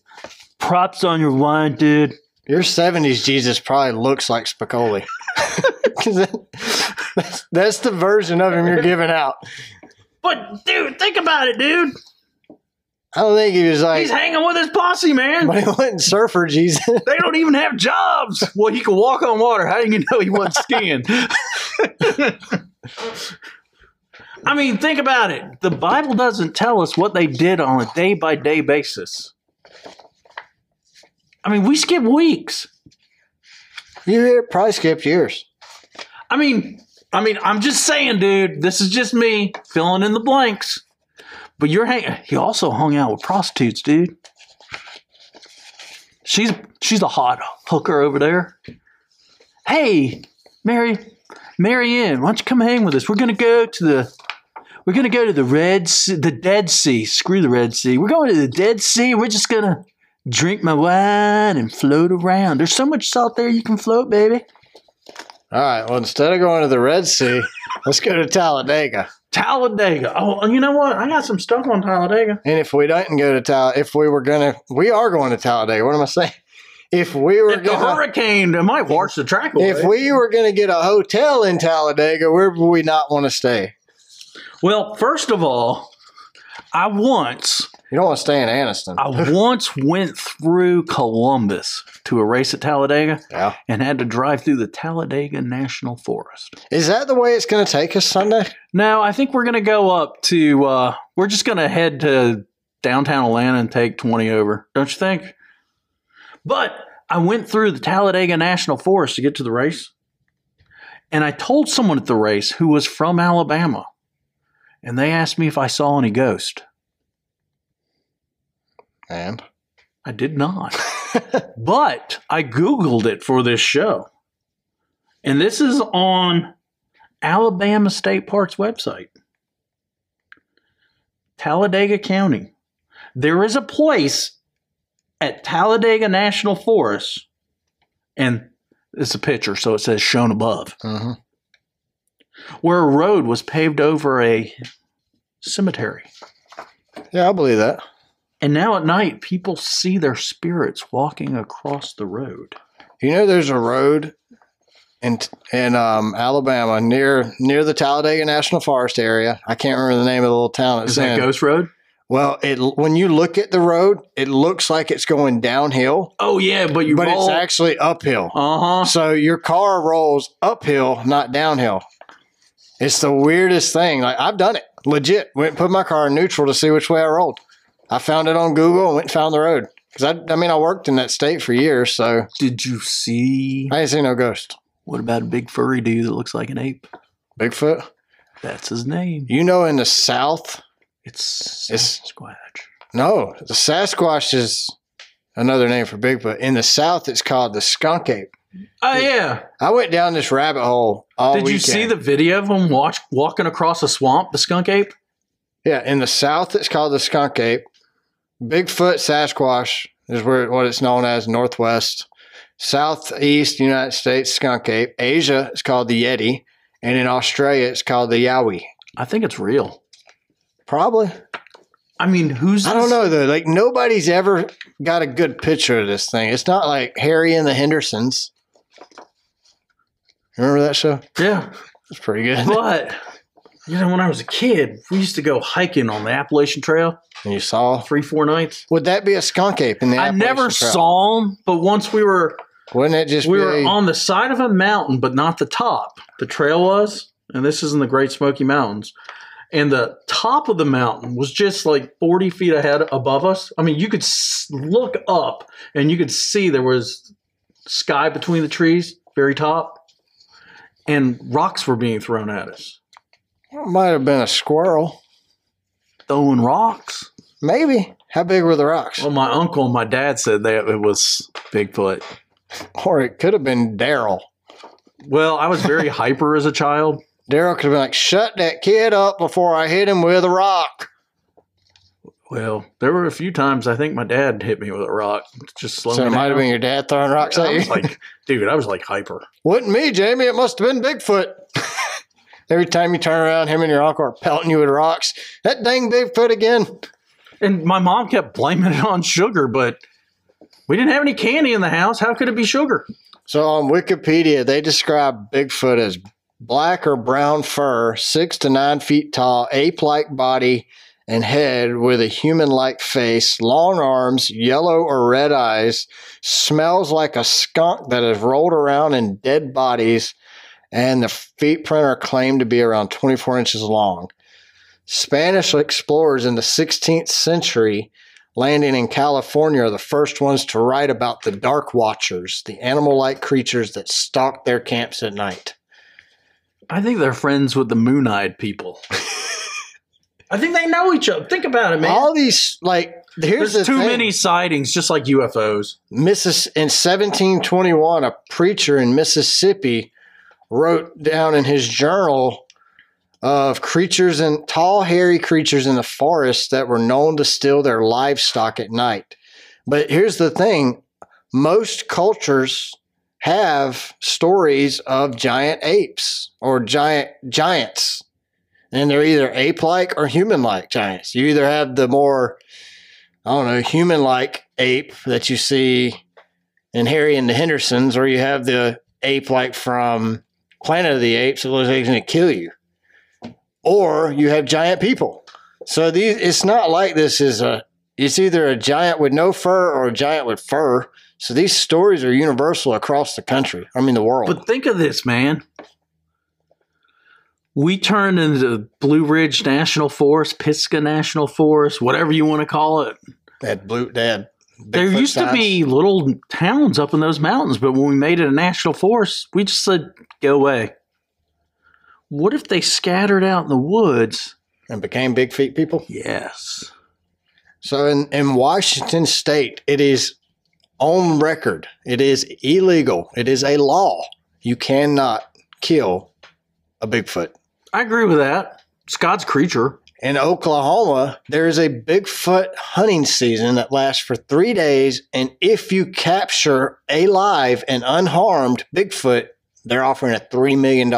props on your wine, dude.
Your 70s Jesus probably looks like Spicoli. [laughs] 'Cause that- that's, that's the version of him you're giving out.
but dude, think about it, dude.
I don't think he was like, [laughs]
He's hanging with his posse, man.
but he wasn't surfer Jesus. [laughs]
They don't even have jobs. Well, he can walk on water. How do you know he wasn't [laughs] skiing? I mean, think about it. The Bible doesn't tell us what they did on a day by day basis. I mean, we skip weeks.
you hear, probably skipped years.
I mean, I mean, I'm just saying, dude. This is just me filling in the blanks. But you're hang- he also hung out with prostitutes, dude.
She's she's a hot hooker over there. Hey, Mary, Mary Ann, why don't you come hang with us? We're gonna go to the we're gonna go to the Red sea, the Dead Sea. Screw the Red Sea. We're going to the Dead Sea. We're just gonna drink my wine and float around. There's so much salt there you can float, baby.
All right. Well, instead of going to the Red Sea, [laughs] let's go to Talladega.
Talladega. Oh, and you know what? I got some stuff on Talladega.
And if we didn't go to Tal, if we were going to, we are going to Talladega. What am I saying? If we were
If the
going to.
hurricane, it might wash the track away.
If we were going to get a hotel in Talladega, where would we not want to stay?
well, first of all, I once
You don't want to stay in Anniston.
I once went through Columbus to a race at Talladega
Yeah.
and had to drive through the Talladega National Forest.
Is that the way it's going to take us Sunday?
No, I think we're going to go up to. Uh, we're just going to head to downtown Atlanta and take 20 over, don't you think? But I went through the Talladega National Forest to get to the race. And I told someone at the race who was from Alabama. And they asked me if I saw any ghost. [laughs]
And
I did not. but I Googled it for this show. And this is on Alabama State Park's website. Talladega County. There is a place at Talladega National Forest, and it's a picture, so it says shown above,
hmm
where a road was paved over a cemetery.
Yeah, I believe that.
And now at night, people see their spirits walking across the road.
You know, there's a road in in um, Alabama near near the Talladega National Forest area. I can't remember the name of the little town. It's
Is that
in.
Ghost Road?
Well, it when you look at the road, it looks like it's going downhill,
Oh yeah, but you
but
roll.
it's actually uphill.
[laughs] uh
Uh-huh.
huh.
So your car rolls uphill, not downhill. It's the weirdest thing. Like I've done it. Legit. Went and put my car in neutral to see which way I rolled. I found it on Google and went and found the road. Cause I, I mean, I worked in that state for years, so
Did you see?
I ain't seen no ghost.
What about a big furry dude that looks like an ape?
Bigfoot.
That's his name.
You know, in the South,
It's
It's-
Sasquatch.
no, the Sasquatch is another name for Bigfoot. In the South, it's called the skunk ape.
Oh yeah.
I went down this rabbit hole all
Did you
weekend.
see the video of him watch, walking across a swamp? The skunk ape.
Yeah, in the South, it's called the skunk ape. Bigfoot Sasquatch is where what it's known as Northwest. Southeast United States skunk ape. Asia is called the Yeti. And in Australia, it's called the Yowie.
I think it's real.
Probably.
I mean, who's?
I don't know though. Like nobody's ever got a good picture of this thing. It's not like Harry and the Hendersons. Remember that show?
[laughs]
Yeah,
It's pretty good.
but you know, when I was a kid, we used to go hiking on the Appalachian Trail
And you saw.
three, four nights.
Would that be a skunk ape in the?
I never
Appalachian Trail?
saw him, but once we were
Wouldn't it just
we
be?
were on the side of a mountain, but not the top. The trail was, and this is in the Great Smoky Mountains. And the top of the mountain was just like 40 feet ahead above us. I mean, you could s- look up and you could see there was sky between the trees, very top, and rocks were being thrown at us.
It might have been a squirrel.
Throwing rocks?
Maybe. How big were the rocks?
Well, my uncle and my dad said that it was [laughs] Bigfoot.
Or it could have been Daryl.
Well, I was very hyper as a child.
Daryl could have been like, "Shut that kid up before I hit him with a rock."
Well, there were a few times I think my dad hit me with a rock, just slow
so
me
it might have
down.
been your dad throwing rocks at
I
you. [laughs]
was like, dude, I was like hyper.
Wasn't me, Jamie. It must have been Bigfoot. [laughs] Every time you turn around, him and your uncle are pelting you with rocks. That dang Bigfoot again.
And my mom kept blaming it on sugar, but we didn't have any candy in the house. How could it be sugar?
So on Wikipedia, they describe Bigfoot as black or brown fur, six to nine feet tall, ape like body and head with a human like face, long arms, yellow or red eyes, smells like a skunk that has rolled around in dead bodies, and the feet print are claimed to be around 24 inches long. Spanish explorers in the 16th century landing in California are the first ones to write about the dark watchers, the animal like creatures that stalk their camps at night.
I think they're friends with the moon
[laughs]
eyed people. I think they know each other. Think about it, man.
All these, like, Oh, here's
There's
the
too
thing.
many sightings, just like UFOs.
Missis- in 1721, a preacher in Mississippi wrote down in his journal of creatures and tall, hairy creatures in the forest that were known to steal their livestock at night. But here's the thing most cultures have stories of giant apes or giant giants. And they're either ape like or human like giants. You either have the more I don't know, human like ape that you see in Harry and the Hendersons, or you have the ape like from Planet of the Apes that was going to kill you, or you have giant people. So these, it's not like this is a, it's either a giant with no fur or a giant with fur. So these stories are universal across the country. I mean, the world.
But think of this, man. We turned into Blue Ridge National Forest, Pisgah National Forest, whatever you want to call it.
that blue, that Bigfoot
there used to
size.
be little towns up in those mountains, but when we made it a national forest, we just said, go away. What if they scattered out in the woods?
and became big feet people.
Yes.
So in, in Washington state, it is on record. It is illegal. It is a law. You cannot kill a Bigfoot.
I agree with that. It's God's creature.
in Oklahoma, there is a Bigfoot hunting season that lasts for three days. And if you capture alive and unharmed Bigfoot, they're offering a $3 million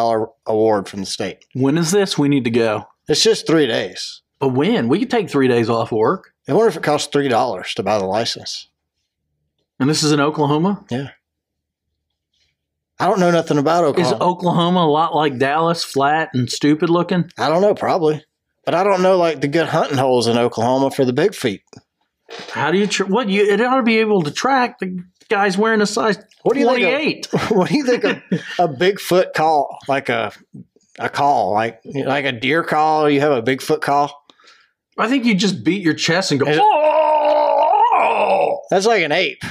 award from the state.
When is this? We need to go.
It's just three days.
But when? We could take three days off work.
I wonder if it costs $3 to buy the license.
And this is in Oklahoma?
I don't know nothing about
Is
Oklahoma.
Oklahoma a lot like Dallas, flat and stupid looking?
I don't know, probably. But I don't know like the good hunting holes in Oklahoma for the big feet.
How do you, tr what, you, it ought to be able to track the guy's wearing a size
What do you think of- [laughs]
28.
what do you think a, a Bigfoot call like a a call like like a deer call? You have a Bigfoot call.
I think you just beat your chest and go,
Is it-
[laughs] oh!
That's like an ape.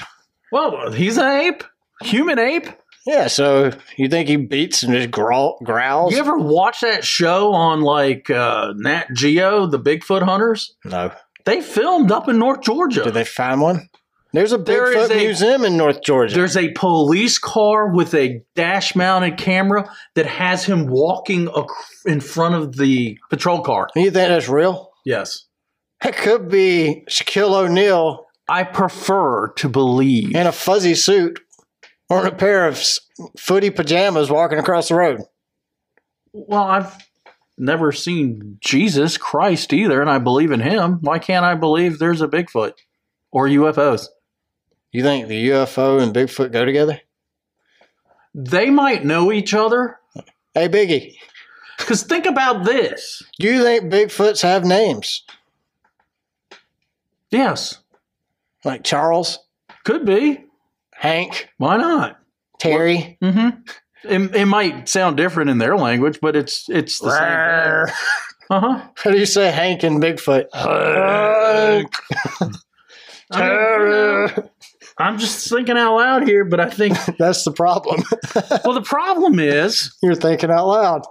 Well, he's an ape, human ape.
Yeah. So you think he beats and just growl, growls?
You ever watch that show on like uh, Nat Geo, the Bigfoot hunters?
No.
They filmed up in North Georgia.
Did they find one? There's a
There is
Bigfoot
a-
museum in North Georgia.
There's a police car with a dash mounted camera that has him walking ac- in front of the patrol car.
you think that's real?
Yes.
That could be Shaquille O'Neal
I prefer to believe.
in a fuzzy suit or in a pair of s- footy pajamas walking across the road.
Well, I've never seen Jesus Christ either, and I believe in him. Why can't I believe there's a Bigfoot or UFOs?
You think the UFO and Bigfoot go together?
They might know each other.
Hey, Biggie,
Because think about this.
do you think Bigfoots have names?
Yes,
like Charles,
could be.
Hank,
Why not?
Terry.
hmm It, it might sound different in their language, but it's it's the same.
Rawr.
Uh huh.
[laughs] How do you say Hank and Bigfoot? Hank, [laughs] Terry.
I'm just thinking out loud here, but
[laughs]
I think
That's the problem. [laughs]
well the problem is
You're thinking out loud.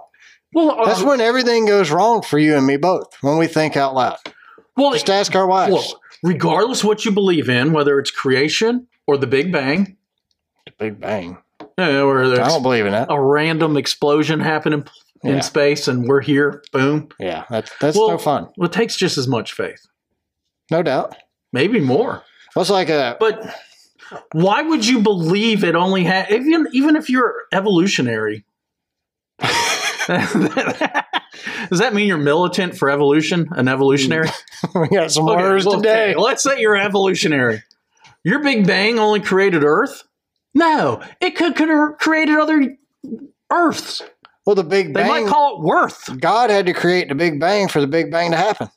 well uh,
That's when everything goes wrong for you and me both. When we think out loud,
well
just ask our wives.
Look, regardless what you believe in, whether it's creation or the Big Bang,
Big Bang.
uh, or
I don't
there's
believe in that.
a random explosion happening in
Oh, Yeah.
space and we're here, boom.
Yeah, that's that's
Well-
no fun,
Well, it takes just as much faith,
no doubt.
maybe more.
That's like a [laughs]
But why would you believe it only had even even if you're evolutionary? [laughs] Does that mean you're militant for evolution?
[laughs]
An evolutionary?
we got some
Okay,
words
well,
today.
okay, let's say you're evolutionary. Your Big Bang only created Earth? No, it could could have created other Earths.
Well, the Big
They
Bang.
might call it Worth.
God had to create the Big Bang for the Big Bang to happen.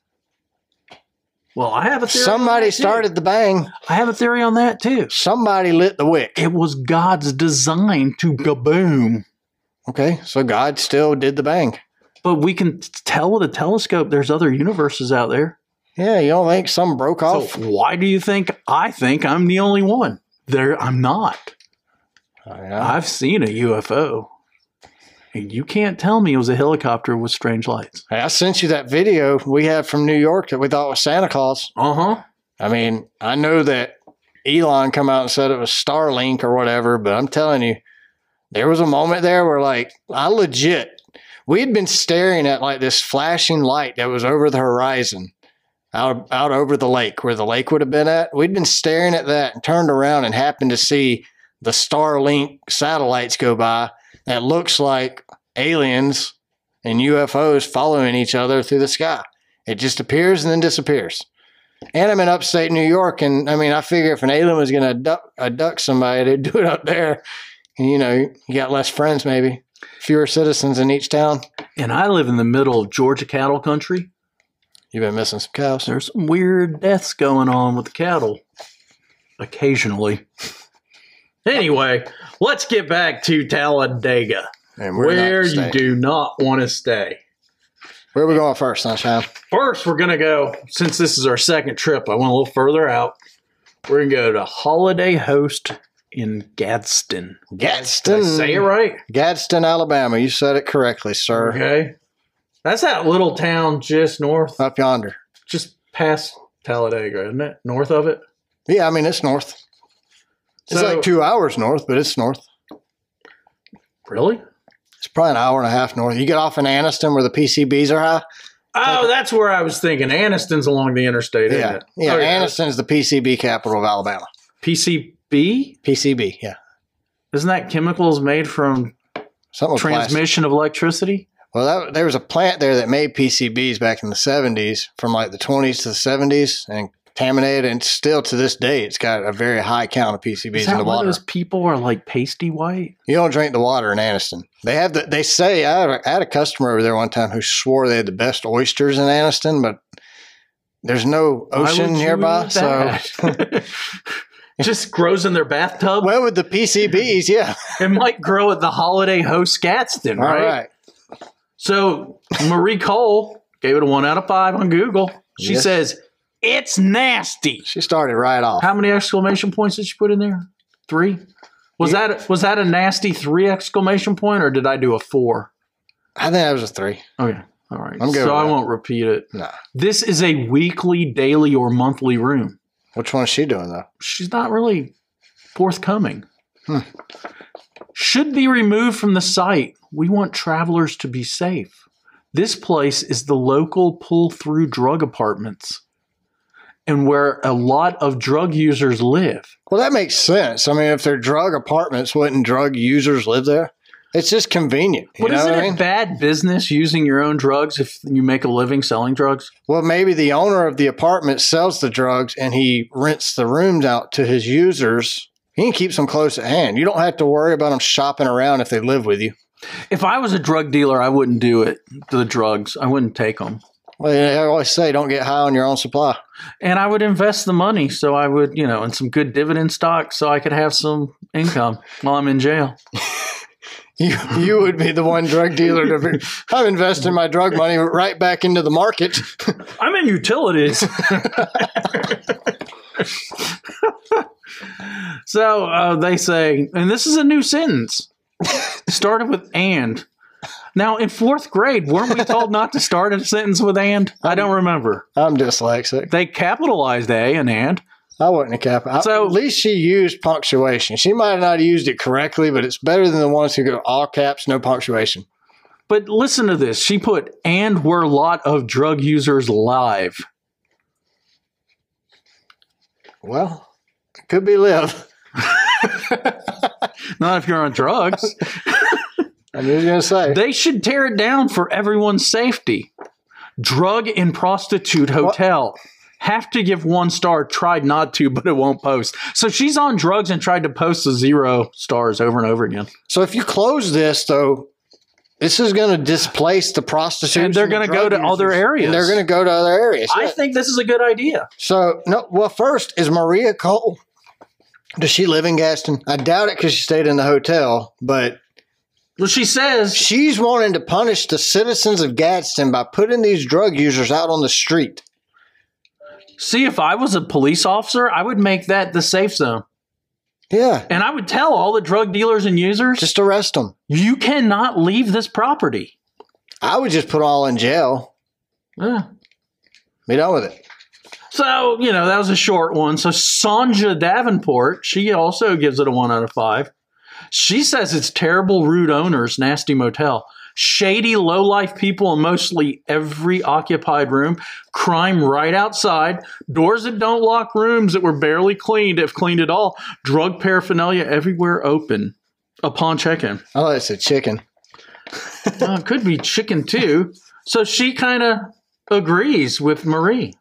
Well, I have a theory. on
Somebody
that, too.
started the bang.
I have a theory on that too.
Somebody lit the wick.
It was God's design to kaboom.
Okay, so God still did the bang.
But we can t- tell with a telescope there's other universes out there.
Yeah, you don't think some broke
So
off?
why do you think I think I'm the only one? There I'm not.
I don't know.
I've seen a UFO. And you can't tell me it was a helicopter with strange lights.
Hey, I sent you that video we had from New York that we thought was Santa Claus.
Uh-huh.
I mean, I know that Elon come out and said it was Starlink or whatever, but I'm telling you, there was a moment there where like I legit we had been staring at like this flashing light that was over the horizon. Out, out over the lake where the lake would have been at. We'd been staring at that and turned around and happened to see the Starlink satellites go by that looks like aliens and UFOs following each other through the sky. It just appears and then disappears. And I'm in upstate New York, and I mean, I figure if an alien was going to abduct, abduct somebody, they'd do it up there. And you know, you got less friends, maybe fewer citizens in each town.
And I live in the middle of Georgia cattle country.
You've been missing some cows.
There's some weird deaths going on with the cattle occasionally. Anyway, let's get back to Talladega,
And we're not
where you
staying.
do not want to stay.
Where we going first, Sunshine?
First, we're going to go, since this is our second trip, I went a little further out. We're going to go to Holiday Host in Gadsden. Did I
Gadsden.
say it right?
Gadsden, Alabama. You said it correctly, sir.
Okay. That's that little town just north,
Up yonder.
just past Talladega, isn't it? North of it?
Yeah, I mean, it's north. It's
So-
like two hours north, but it's north.
Really?
It's probably an hour and a half north. You get off in Anniston where the PCBs are high,
Oh, that's where I was thinking. Anniston's along the interstate, isn't
Yeah,
it?
yeah.
Oh,
Anniston's the PCB capital of Alabama.
PCB?
PCB, yeah.
Isn't that chemicals made from
Something with Oh, plastic.
transmission of electricity?
Well, that, there was a plant there that made PCBs back in the 70s, from like the 20s to the 70s, and contaminated. And still to this day, it's got a very high count of PCBs
Is
in
that
the
why
water.
those people are like pasty white?
You don't drink the water in Anniston. They have the. They say I had, a, I had a customer over there one time who swore they had the best oysters in Anniston, but there's no
Why would
ocean
you
nearby.
do
So, [laughs]
that? [laughs] just grows in their bathtub.
well, with the PCBs, yeah.
it might grow at the Holiday Host Gadsden,
All
right?
right.
So Marie Cole gave it a one out of five on Google. She
Yes.
says it's nasty.
She started right off.
How many exclamation points did she put in there? Three. Was that was that a nasty three exclamation point, or did I do a four?
I think that was a three.
Okay, all right.
I'm good with
so I
that.
won't repeat it.
Nah.
This is a weekly, daily, or monthly room.
Which one's she doing though?
she's not really forthcoming.
Hmm.
Should be removed from the site. We want travelers to be safe. This place is the local pull through drug apartments and where a lot of drug users live.
Well, that makes sense. I mean, if they're drug apartments, wouldn't drug users live there? It's just convenient. You
But
know
isn't
what I
it
mean?
bad business using your own drugs if you make a living selling drugs?
Well, maybe the owner of the apartment sells the drugs and he rents the rooms out to his users. He keeps them close at hand. You don't have to worry about them shopping around if they live with you.
If I was a drug dealer, I wouldn't do it. The drugs, I wouldn't take them.
Well, they always say don't get high on your own supply. [laughs]
and I would invest the money so I would, you know, in some good dividend stock so I could have some income while I'm in jail.
You you would be the one drug dealer to be. [laughs] I'm investing my drug money right back into the market. [laughs]
I'm in utilities. [laughs] so uh, they say, and this is a new sentence. Started with and. Now, in fourth grade, weren't we told not to start a sentence with and? I don't remember.
I'm dyslexic.
They capitalized a and and.
I wouldn't have cap. I-
So-
at least she used punctuation. She might not have used it correctly, but it's better than the ones who go all caps, no punctuation.
But listen to this. She put, and were a lot of drug users live.
Well, could be [laughs] live.
Not if you're on drugs.
I'm just gonna say.
They should tear it down for everyone's safety. Drug and prostitute hotel. Have to give one star. Tried not to, but it won't post. So she's on drugs and tried to post the zero stars over and over again.
So if you close this, though, this is going to displace the prostitutes.
And they're
the
gonna go
drug
to other areas.
And they're going to go to other areas.
I think this is a good idea.
so no. Well, first is Maria Cole. Does she live in Gaston? I doubt it because she stayed in the hotel. But
Well, she says
she's wanting to punish the citizens of Gadsden by putting these drug users out on the street.
See, if I was a police officer, I would make that the safe zone.
Yeah,
And I would tell all the drug dealers and users
just arrest them.
you cannot leave this property.
I would just put all in jail.
Yeah.
Be done with it.
So, you know, that was a short one. So, Sanja Davenport, she also gives it a one out of five. She says it's terrible, rude owners, nasty motel, shady, low life people in mostly every occupied room, crime right outside, doors that don't lock, rooms that were barely cleaned, if cleaned at all, drug paraphernalia everywhere open upon check in.
Oh, it's a chicken.
Uh, it could be chicken too. So, she kind of agrees with Marie.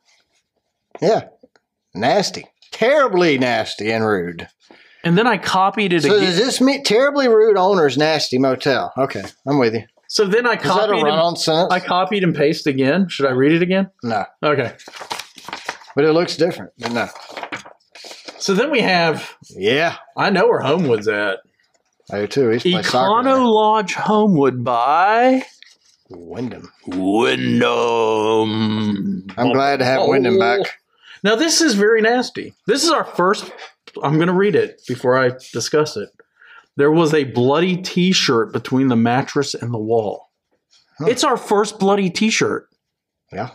Yeah, nasty, terribly nasty and rude.
And then I copied it
So
again.
does this mean terribly rude owner's nasty motel? Okay, I'm with you. Is
So then I
that a
copied and,
run-on sentence?
I copied and pasted again. Should I read it again?
no,
Okay.
but it looks different. But no,
So then we have
yeah,
I know where Homewood's at.
I do too. He's played soccer.
Econo Lodge Homewood by
there. Wyndham.
Wyndham.
I'm glad to have Wyndham back.
Now this is very nasty. This is our first I'm going to read it before I discuss it. There was a bloody t-shirt between the mattress and the wall.
Huh.
It's our first bloody t-shirt.
Yeah,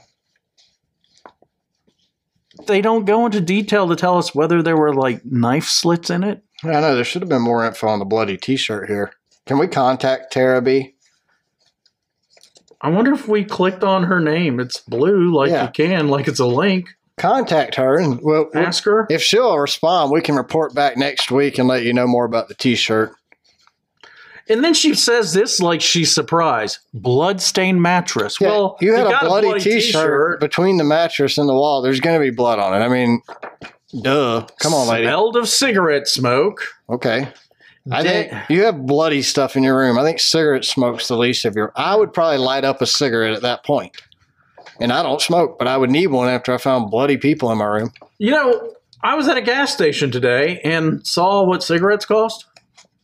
they don't go into detail to tell us whether there were like knife slits in it.
I know. There should have been more info on the bloody T-shirt here. Can we contact Teraby?
I wonder if we clicked on her name. It's blue, like
Yeah.
you can, like it's a link.
Contact her and well, we'll-
Ask her.
if she'll respond, we can report back next week and let you know more about the T-shirt.
And then she says this like she's surprised. Bloodstained mattress.
Yeah,
well,
you had a,
got
bloody, T-shirt between the mattress and the wall. There's going to be blood on it. I mean, duh. Come on, lady.
Smelled of cigarette smoke.
Okay. I
Did-
think you have bloody stuff in your room. I think cigarette smoke's the least of your. I would probably light up a cigarette at that point. And I don't smoke, but I would need one after I found bloody people in my room.
You know, I was at a gas station today and saw what cigarettes cost.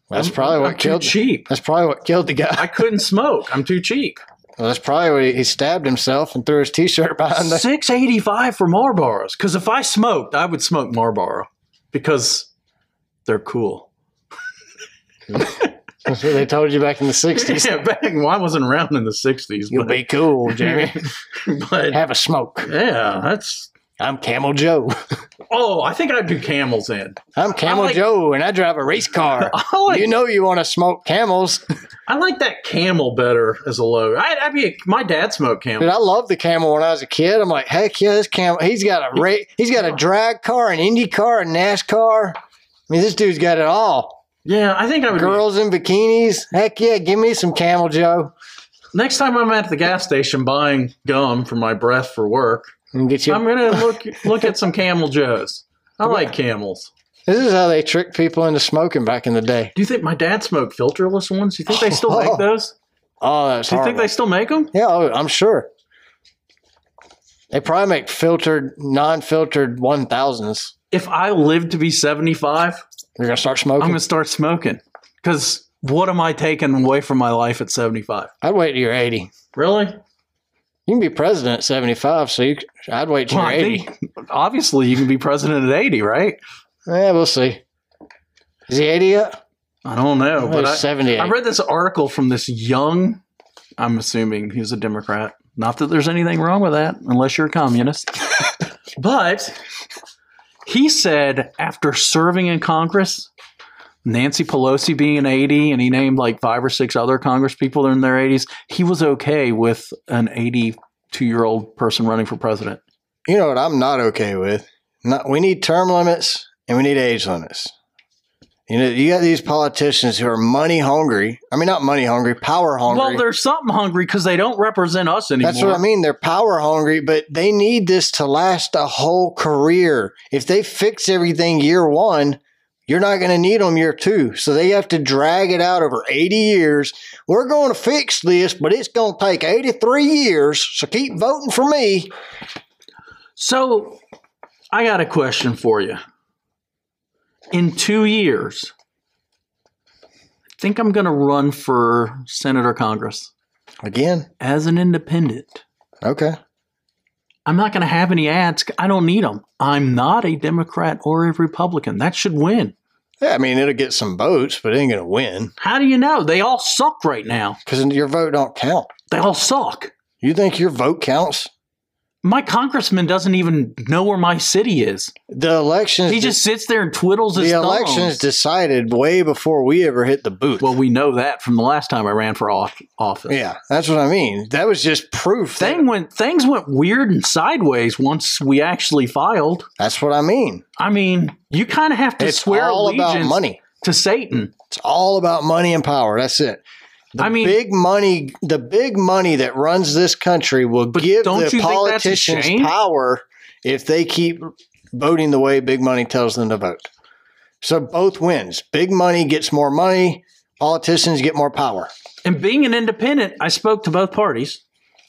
That's
I'm-
probably
I'm
what
too
killed.
cheap.
That's probably what killed the guy.
I couldn't smoke. I'm too
[laughs]
cheap.
That's probably what he, he stabbed himself and threw his T-shirt behind
[laughs]
the.
Six eighty five for Marlboros. Because if I smoked, I would smoke Marlboro because
[laughs]
they're cool.
That's what they told you back in the '60s.
[laughs] yeah, back well, I wasn't around in the sixties,
You'll
but,
be cool, Jimmy.
[laughs] but
have a smoke.
yeah, that's.
I'm Camel Joe.
Oh, I think I'd do camels in.
I'm Camel
I like-
Joe, and I drive a race car.
[laughs] I like,
you know you want to smoke camels,
I like that camel better as a logo. I, I'd be a, my dad smoked
dude.
camel.
I love the camel when I was a kid. I'm like, heck yeah, this camel. He's got a ra- he's got a drag car, an Indy car, a NASCAR. I mean, this dude's got it all.
Yeah, I think I would.
Girls in bikinis. Heck yeah, give me some Camel Joe
Next time I'm at the gas station buying gum for my breath for work,
and get you.
I'm gonna look look at some Camel Joes. I like camels.
this is how they tricked people into smoking back in the day.
Do you think my dad smoked filterless ones? Do you think they still
[laughs]
make those?
Oh, that's
Do you think
horrible.
they still make them?
Yeah, oh, I'm sure. They probably make filtered, non-filtered one thousands.
If I live to be 75,
You're gonna start
I'm
smoking.
gonna start smoking. Because what am I taking away from my life at 75?
I'd wait till you're 80.
Really?
You can be president at 75, so you, c- I'd wait till
Well, I
you're 80.
think obviously you can be president at 80, right?
Yeah, we'll see. Is he 80 yet?
I don't know,
Or
but I,
78.
I read this article from this young. I'm assuming he's a Democrat. Not that there's anything wrong with that, unless you're a communist. [laughs] but he said after serving in Congress, Nancy Pelosi being 80, and he named like five or six other Congress people in their 80s, he was okay with an 82 year old person running for president.
you know what I'm not okay with? Not, we need term limits and we need age limits. You know, you got these politicians who are money hungry. I mean, not money hungry, power hungry.
Well, they're something hungry because they don't represent us anymore.
That's what I mean. They're power hungry, but they need this to last a whole career. If they fix everything year one, you're not going to need them year two. So they have to drag it out over 80 years. We're going to fix this, but it's going to take 83 years. So keep voting for me.
So, I got a question for you. In two years, I think I'm going to run for Senate or Congress
Again.
as an independent.
Okay.
I'm not going to have any ads. I don't need them. I'm not a Democrat or a Republican. That should win.
Yeah, I mean, it'll get some votes, but it ain't going to win
How do you know? They all suck right now.
because your vote don't count.
They all suck.
You think your vote counts?
My congressman doesn't even know where my city is.
The elections.
He just sits there and twiddles his
the
thumbs.
elections decided way before we ever hit the booth.
well, we know that from the last time I ran for off- office.
Yeah, that's what I mean. That was just proof. that-
thing went things went weird and sideways once we actually filed.
that's what I mean.
I mean, you kind of have to
It's
swear
all about
allegiance
money.
to Satan.
It's all about money and power. That's it. The
I mean-
big money, the big money that runs this country will give
don't
the
you think that's a
politicians
shame?
power if they keep voting the way big money tells them to vote. So both wins. Big money gets more money. Politicians get more power.
And being an independent, I spoke to both parties.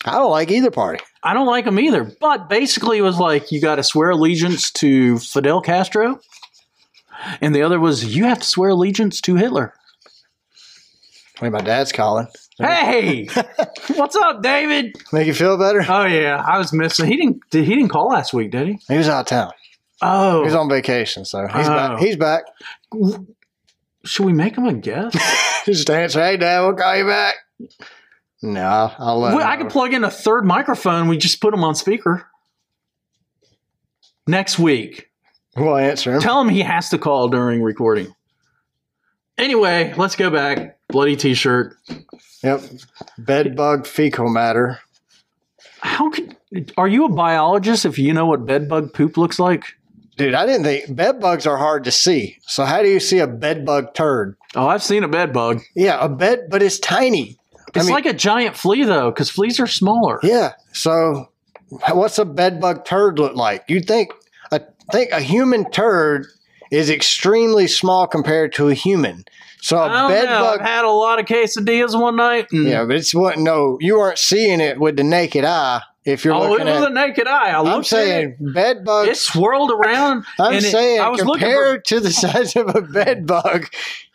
I don't like either party.
I don't like them either, but basically it was like you got to swear allegiance to Fidel Castro, and the other was you have to swear allegiance to Hitler.
Wait, my dad's calling.
Hey, [laughs] what's up, David?
Make you feel better?
Oh yeah, I was missing. He didn't. He didn't call last week, did he?
He was out of town.
Oh,
He was on vacation, so he's
Oh.
back. He's back.
should we make him a guest?
Just answer, hey, Dad, we'll call you back. No, I'll, I'll let
Well,
him
I could
know.
plug in a third microphone. We just put him on speaker.
[laughs]
Next week.
We'll answer him.
Tell him he has to call during recording. Anyway, let's go back. bloody T-shirt.
Yep. Bed bug fecal matter.
How could? Are you a biologist if you know what bed bug poop looks like?
Dude, I didn't think bed bugs are hard to see. So how do you see a bed bug turd?
Oh, I've seen a bed bug.
Yeah, a bed, but it's tiny. I
It's
mean-
like a giant flea though, because fleas are smaller.
Yeah. So what's a bed bug turd look like? You think I think a human turd is extremely small compared to a human. So
I
a
don't
bed
know.
bug
I've had a lot of quesadillas one night. And,
Yeah, but it's what no, you aren't seeing it with the naked eye if you're
oh, it
looking
was
at
a naked eye. I
I'm
looked at
saying uh, bed
it.
bugs
it swirled around.
I'm
and it-
saying
I was looking for
compared to the [laughs] size of a bed bug,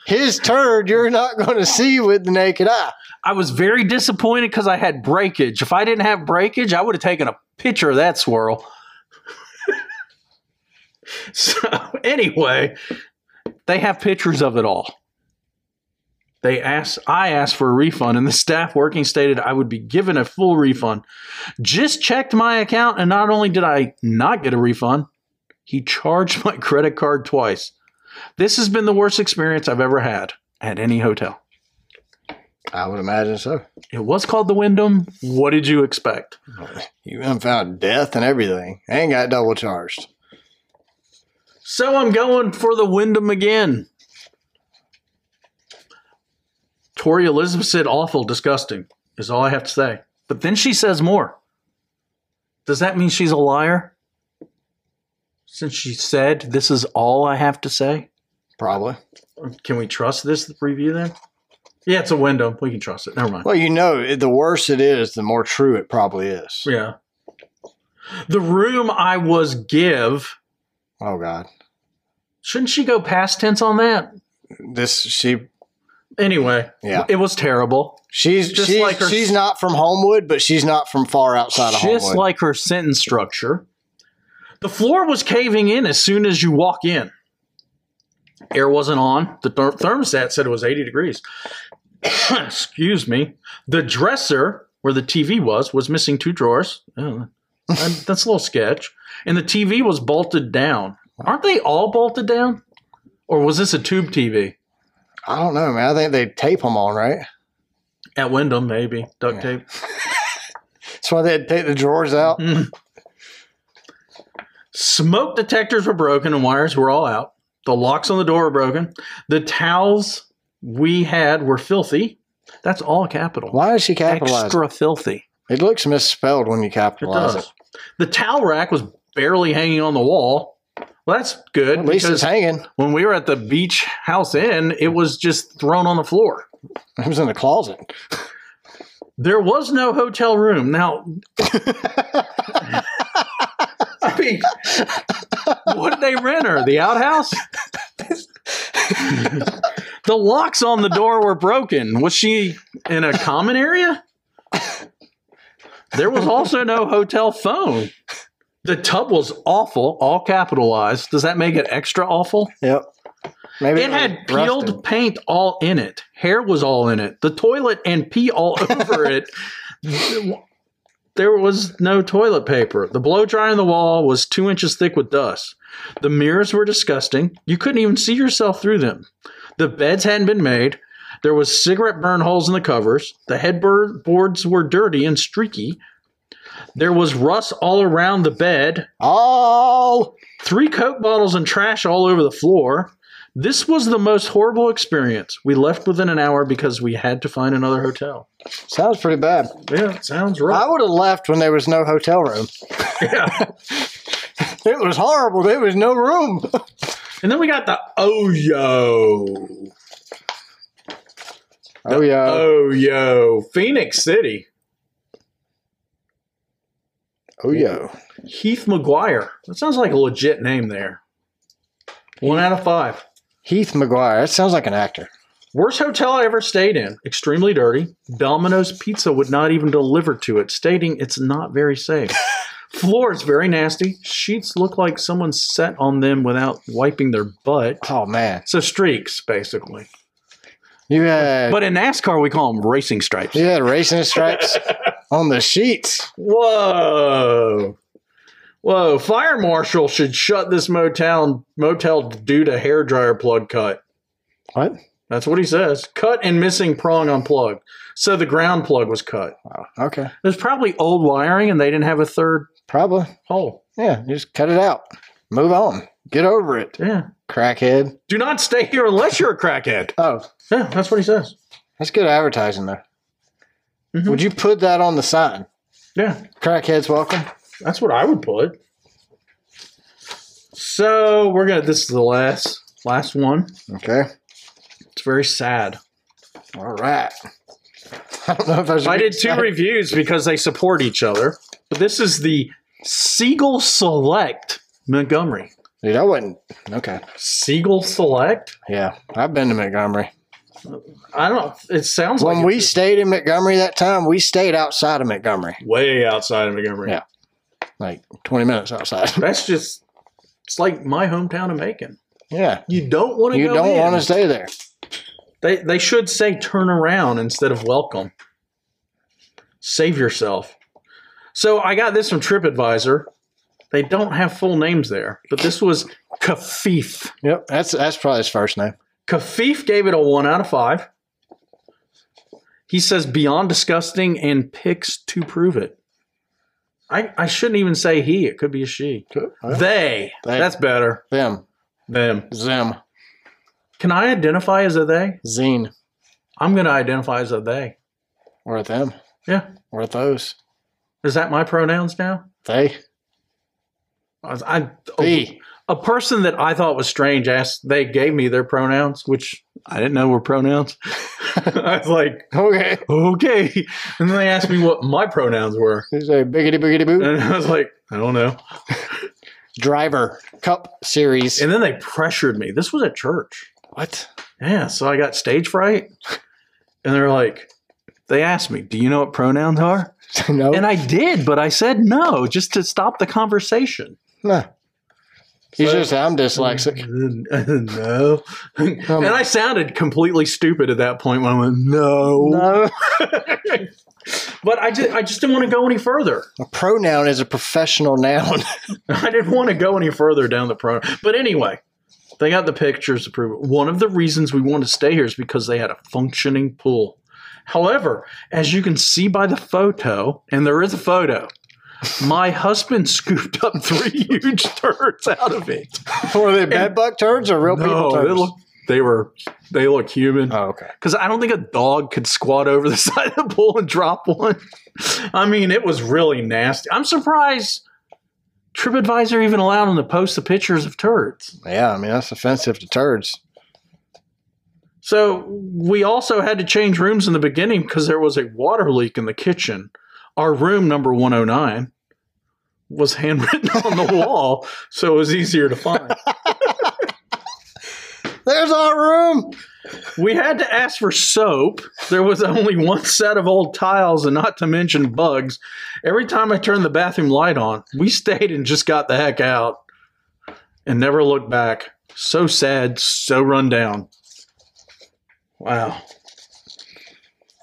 his turd you're not going to see with the naked eye.
I was very disappointed because I had breakage. If I didn't have breakage, I would have taken a picture of that swirl.
[laughs] So anyway,
They have pictures of it all.
they asked. I asked for a refund, and the staff working stated I would be given a full refund. Just checked my account, and not only did I not get a refund, he charged [laughs] my credit card twice. This has been the worst experience I've ever had at any hotel.
I would imagine so.
It was called the Wyndham. What did you expect?
You done found death and everything, and got double charged.
So I'm going for the Wyndham again. Tori Elizabeth said awful, disgusting, is all I have to say.
But then she says more. Does that mean she's a liar? Since she said this is all I have to say?
Probably.
Can we trust this review then? Yeah, it's a Wyndham. We can trust it. Never mind.
Well, you know, the worse it is, the more true it probably is.
Yeah. The room I was give.
Oh God,
Shouldn't she go past tense on that?
this she.
Anyway,
Yeah.
it was terrible.
She's
Just
she's,
like her-
she's not from Homewood, but she's not from far outside of
Just
Homewood.
like her sentence structure.
The floor was caving in as soon as you walk in. Air wasn't on. The ther- thermostat said it was 80 degrees. [coughs] Excuse me. The dresser where the TV was was missing two drawers. Oh, that- that's a little sketch. And the TV was bolted down. Aren't they all bolted down? Or was this a tube TV?
I don't know, man. I think they tape them on, right?
At Wyndham, maybe. Duct tape.
That's why they take the drawers out.
Mm. Smoke detectors were broken and wires were all out. The locks on the door were broken. The towels we had were filthy. That's all capital.
Why is she capitalizing?
Extra filthy.
It looks misspelled when you
It
capitalize it.
does. The towel rack was barely hanging on the wall. Well, that's good
At least it's
because
hanging.
when we were at the beach house inn, it was just thrown on the floor.
It was in the closet.
There was no hotel room. Now, I mean, what did they rent her? The outhouse? the locks on the door were broken. Was she in a common area? There was also no hotel phone. The tub was awful, all capitalized. Does that make it extra awful?
Yep. Maybe
It
was
had peeled
rusted.
paint all in it. Hair was all in it. The toilet and pee
[laughs]
all over it. There was no toilet paper. The blow dryer on the wall was two inches thick with dust. The mirrors were disgusting. You couldn't even see yourself through them. The beds hadn't been made. There was cigarette burn holes in the covers. The headboards were dirty and streaky. There was rust all around the bed
all.
three coke bottles and trash all over the floor. This was the most horrible experience. We left within an hour because we had to find another hotel.
Sounds pretty bad.
Yeah, it sounds
I would have left when there was no hotel room.
Yeah.
It was horrible. There was no room.
And then we got the Oyo.
Oh yeah.
Oyo. Phoenix City.
Oh yeah.
Heath McGuire. That sounds like a legit name there. One out of five.
Heath McGuire. That sounds like an actor.
Worst hotel I ever stayed in. Extremely dirty. Domino's Pizza would not even deliver to it, stating it's not
[laughs]
very safe. Floor is very nasty. Sheets look like someone sat on them without wiping their butt.
Oh man.
So streaks, basically.
You had
But in NASCAR, we call them racing stripes.
you had racing
[laughs]
stripes on the sheets.
Whoa. Whoa. Fire marshal should shut this motel motel due to hair dryer plug cut.
What?
That's what he says. Cut and missing prong unplugged. So the ground plug was cut.
Oh, okay.
There's probably old wiring and they didn't have a third
Probably.
hole.
Yeah. You just cut it out. Move on. Get over it,
Yeah.
crackhead.
Do not stay here unless you're a crackhead.
Oh,
Yeah, that's what he says.
that's good advertising, though.
Mhm.
Would you put that on the sign?
Yeah.
Crackheads welcome.
That's what I would put. So we're gonna this is the last last one.
Okay.
It's very sad.
All right. [laughs] I don't know if I should.
I
be
did two
excited.
reviews because they support each other. But this is the Siegel Select Montgomery.
Dude, I wasn't. Okay.
Siegel Select?
Yeah. I've been to Montgomery.
I don't. It sounds
When
like
we
it's
stayed in Montgomery that time, we stayed outside of Montgomery,
way outside of Montgomery.
Yeah. like 20 minutes outside. [laughs]
That's just. It's like my hometown of Macon.
yeah.
You don't want to.
You
go
don't
in.
want to stay there.
They they should say turn around instead of welcome. Save yourself. So I got this from TripAdvisor. They don't have full names there, but this was Kafif.
Yep. That's that's probably his first name.
Kafif gave it a one out of five. He says beyond disgusting and picks to prove it. I, I shouldn't even say he. It could be a she. They.
They.
That's better.
Them.
Them.
Zim.
Can I identify as a they?
Zine.
I'm going to identify as a they.
Or them.
Yeah.
Or those.
Is that my pronouns now?
They.
I, I- a,
Be.
a person that I thought was strange asked, they gave me their pronouns, which I didn't know were pronouns. [laughs] I was like,
Okay. [laughs]
okay. And then they asked me what my pronouns were.
There's a biggity biggity boo.
And I was like, I don't know.
Driver Cup Series.
And then they pressured me. This was at church.
what?
Yeah. So I got stage fright. And they're like, they asked me, do you know what pronouns are?
[laughs] no.
And I did, but I said no, just to stop the conversation.
no. You should say I'm
Mm.
dyslexic. Um,
no. and I sounded completely stupid at that point when I went, no.
No.
but I just, I just didn't want to go any further. [laughs]
A pronoun is a professional noun. [laughs]
I didn't want to go any further down the pro. But anyway, they got the pictures to prove it. One of the reasons we wanted to stay here is because they had a functioning pool. However, as you can see by the photo, and there is a photo, my husband [laughs] scooped up three huge turds out of it.
Were they bed bug turds or real people
No,
turds?
they look they were they look human.
oh, okay.
Because I don't think a dog could squat over the [laughs] side of the pool and drop one. I mean, it was really nasty. I'm surprised TripAdvisor even allowed them to post the pictures of turds.
Yeah, I mean that's offensive to turds.
So we also had to change rooms in the beginning because there was a water leak in the kitchen. Our room number 109 was handwritten [laughs] on the wall, so it was easier to find.
There's our room.
We had to ask for soap. There was only one set of old tiles, and not to mention bugs. Every time I turned the bathroom light on, we stayed and just got the heck out and never looked back. So sad, so run down. Wow.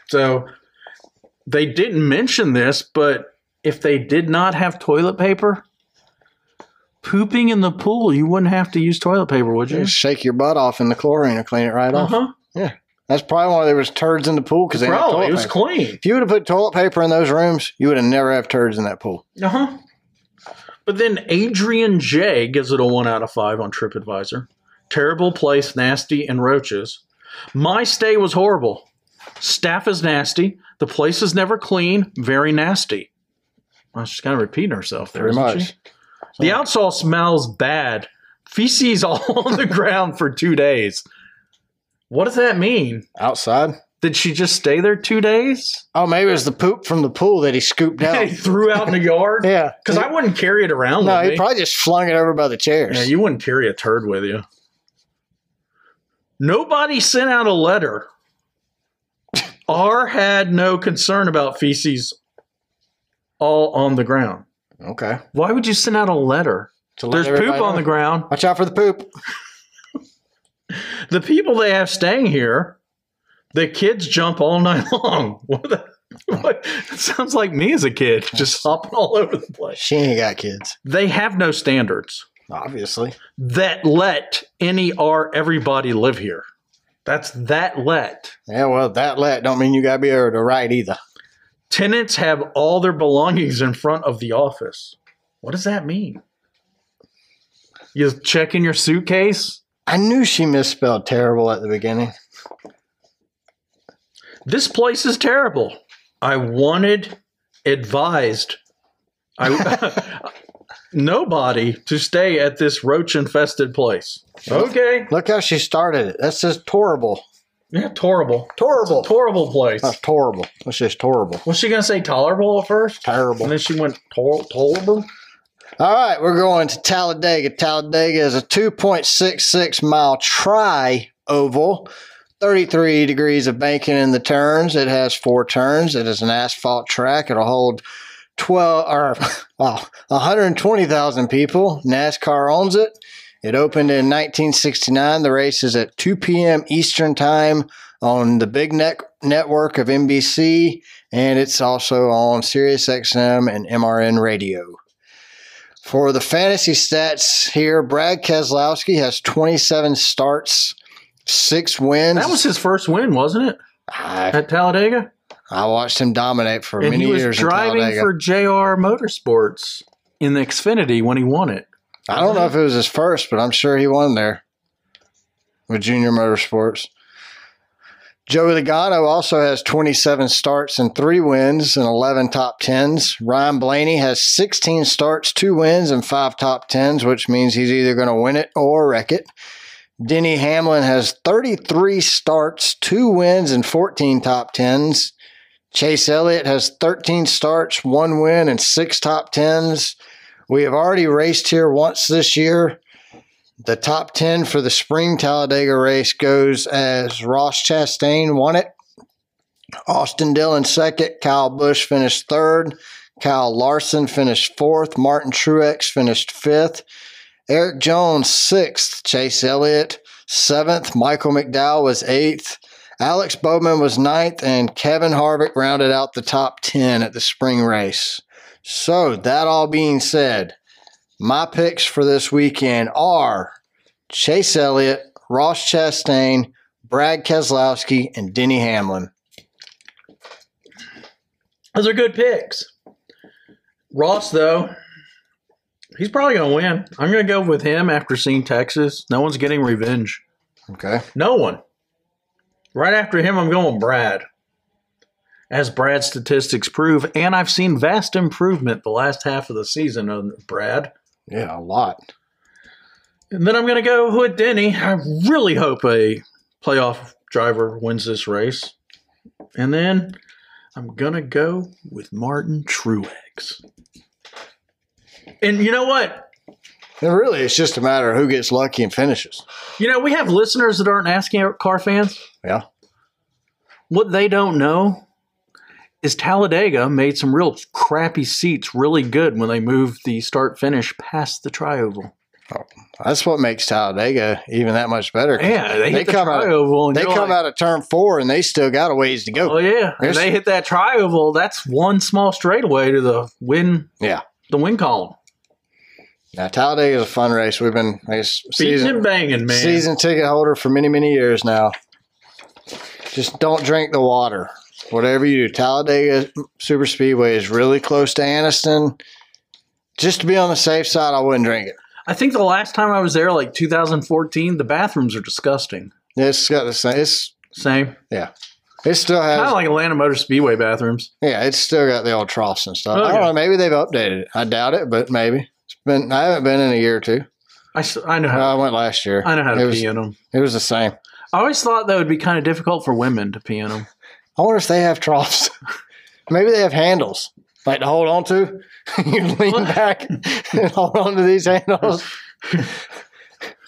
So they didn't mention this, but if they did not have toilet paper, pooping in the pool, you wouldn't have to use toilet paper, would you?
Just shake your butt off in the chlorine and clean it right
Uh
off.
huh.
That's probably why there was turds in the pool because they didn't have
Probably.
toilet
It was
paper.
clean.
If you would have put toilet paper in those rooms, you would have never have turds in that pool.
Uh huh. But then Adrian J gives it a one out of five on TripAdvisor. Terrible place, nasty, and roaches. My stay was horrible. Staff is nasty. The place is never clean. Very nasty. Well, she's kind of repeating herself there,
Pretty
isn't
much.
she? The outsole smells bad. Feces all [laughs] on the ground for two days. What does that mean?
Outside.
Did she just stay there two days?
Oh, maybe it was the poop from the pool that he scooped
[laughs]
out.
They threw out in the yard?
yeah.
[laughs] Because I wouldn't carry it around
No,
with
he
me.
probably just flung it over by the chairs.
Yeah, you wouldn't carry a turd with you. Nobody sent out a letter. R had no concern about feces all on the ground.
okay.
Why would you send out a letter?
To let
There's poop
everybody
on
know.
the ground.
Watch out for the poop.
The people they have staying here, the kids jump all [laughs] night long. What the? What? It sounds like me as a kid, just hopping all over the place.
She ain't got kids,
They have no standards
obviously.
that let any R everybody live here. That's that let.
Yeah, well, that let don't mean you got to be able to write either.
Tenants have all their belongings in front of the office. What does that mean? You check in your suitcase?
I knew she misspelled terrible at the beginning.
This place is terrible. I wanted advised I [laughs] nobody to stay at this roach infested place. Okay.
Look how she started it. That's just horrible.
Yeah, horrible.
Horrible.
Horrible place.
That's horrible. That's just horrible.
Was she gonna say tolerable at first?
Terrible.
And then she went tol- tolerable?
All right, we're going to Talladega. Talladega is a 2.66 mile tri oval, 33 degrees of banking in the turns. It has four turns. It is an asphalt track. It'll hold 12 or [laughs] wow, 120,000 people. NASCAR owns it. It opened in 1969. The race is at 2 p.m. Eastern Time on the Big Neck network of NBC, and it's also on SiriusXM and MRN Radio. For the fantasy stats here, Brad Keselowski has 27 starts, six wins.
That was his first win, wasn't it?
I,
At Talladega?
I watched him dominate for
and
many
he was
years. in
driving
Talladega.
for JR Motorsports in the Xfinity when he won it.
I don't know if it was his first, but I'm sure he won there with Junior Motorsports. Joey Logano also has 27 starts and three wins and 11 top tens. Ryan Blaney has 16 starts, two wins, and five top tens, which means he's either going to win it or wreck it. Denny Hamlin has 33 starts, two wins, and 14 top tens. Chase Elliott has 13 starts, one win, and six top tens. We have already raced here once this year. The top 10 for the spring Talladega race goes as Ross Chastain won it. Austin Dillon second. Kyle Busch finished third. Kyle Larson finished fourth. Martin Truex finished fifth. Eric Jones sixth. Chase Elliott seventh. Michael McDowell was eighth. Alex Bowman was ninth. And Kevin Harvick rounded out the top 10 at the spring race. So, that all being said, my picks for this weekend are Chase Elliott, Ross Chastain, Brad Keselowski, and Denny Hamlin.
Those are good picks. Ross, though, he's probably going to win. I'm going to go with him after seeing Texas. No one's getting revenge.
Okay.
No one. Right after him, I'm going Brad. As Brad's statistics prove, and I've seen vast improvement the last half of the season on Brad.
Yeah, a lot.
And then I'm going to go with Denny. I really hope a playoff driver wins this race. And then I'm going to go with Martin Truex. And you know what?
And really, it's just a matter of who gets lucky and finishes.
You know, we have listeners that aren't NASCAR car fans.
Yeah.
What they don't know is Talladega made some real crappy seats really good when they moved the start finish past the trioval.
That's what makes Talladega even that much better. 'cause
Yeah, they, hit the
come out-
trioval. and
They
you're
come
like,
out of turn four and they still got a ways to [laughs] go.
Oh yeah, and
There's-
they hit that trioval. That's one small straightaway to the win.
Yeah.
the win column.
Now, Talladega is a fun race. We've been it's
Beating and banging, man.
season ticket holder for many many years now. Just don't drink the water. Whatever you do, Talladega Super Speedway is really close to Anniston. Just to be on the safe side, I wouldn't drink it.
I think the last time I was there, like 2014, the bathrooms are disgusting.
It's got the same. It's
Same,
it still has.
kind of like Atlanta Motor Speedway bathrooms.
yeah, it's still got the old troughs and stuff. I
Okay.
don't know. Maybe they've updated it. I doubt it, but maybe it's been. I haven't been in a year or two.
I, s- I know
No,
how
I went last year.
I know how
Uh, it
to
was,
pee in them.
It was the same.
I always thought that would be kind of difficult for women to pee in them.
I wonder if they have troughs. [laughs] Maybe they have handles like to hold on to. [laughs] you lean back and hold on to these handles. [laughs]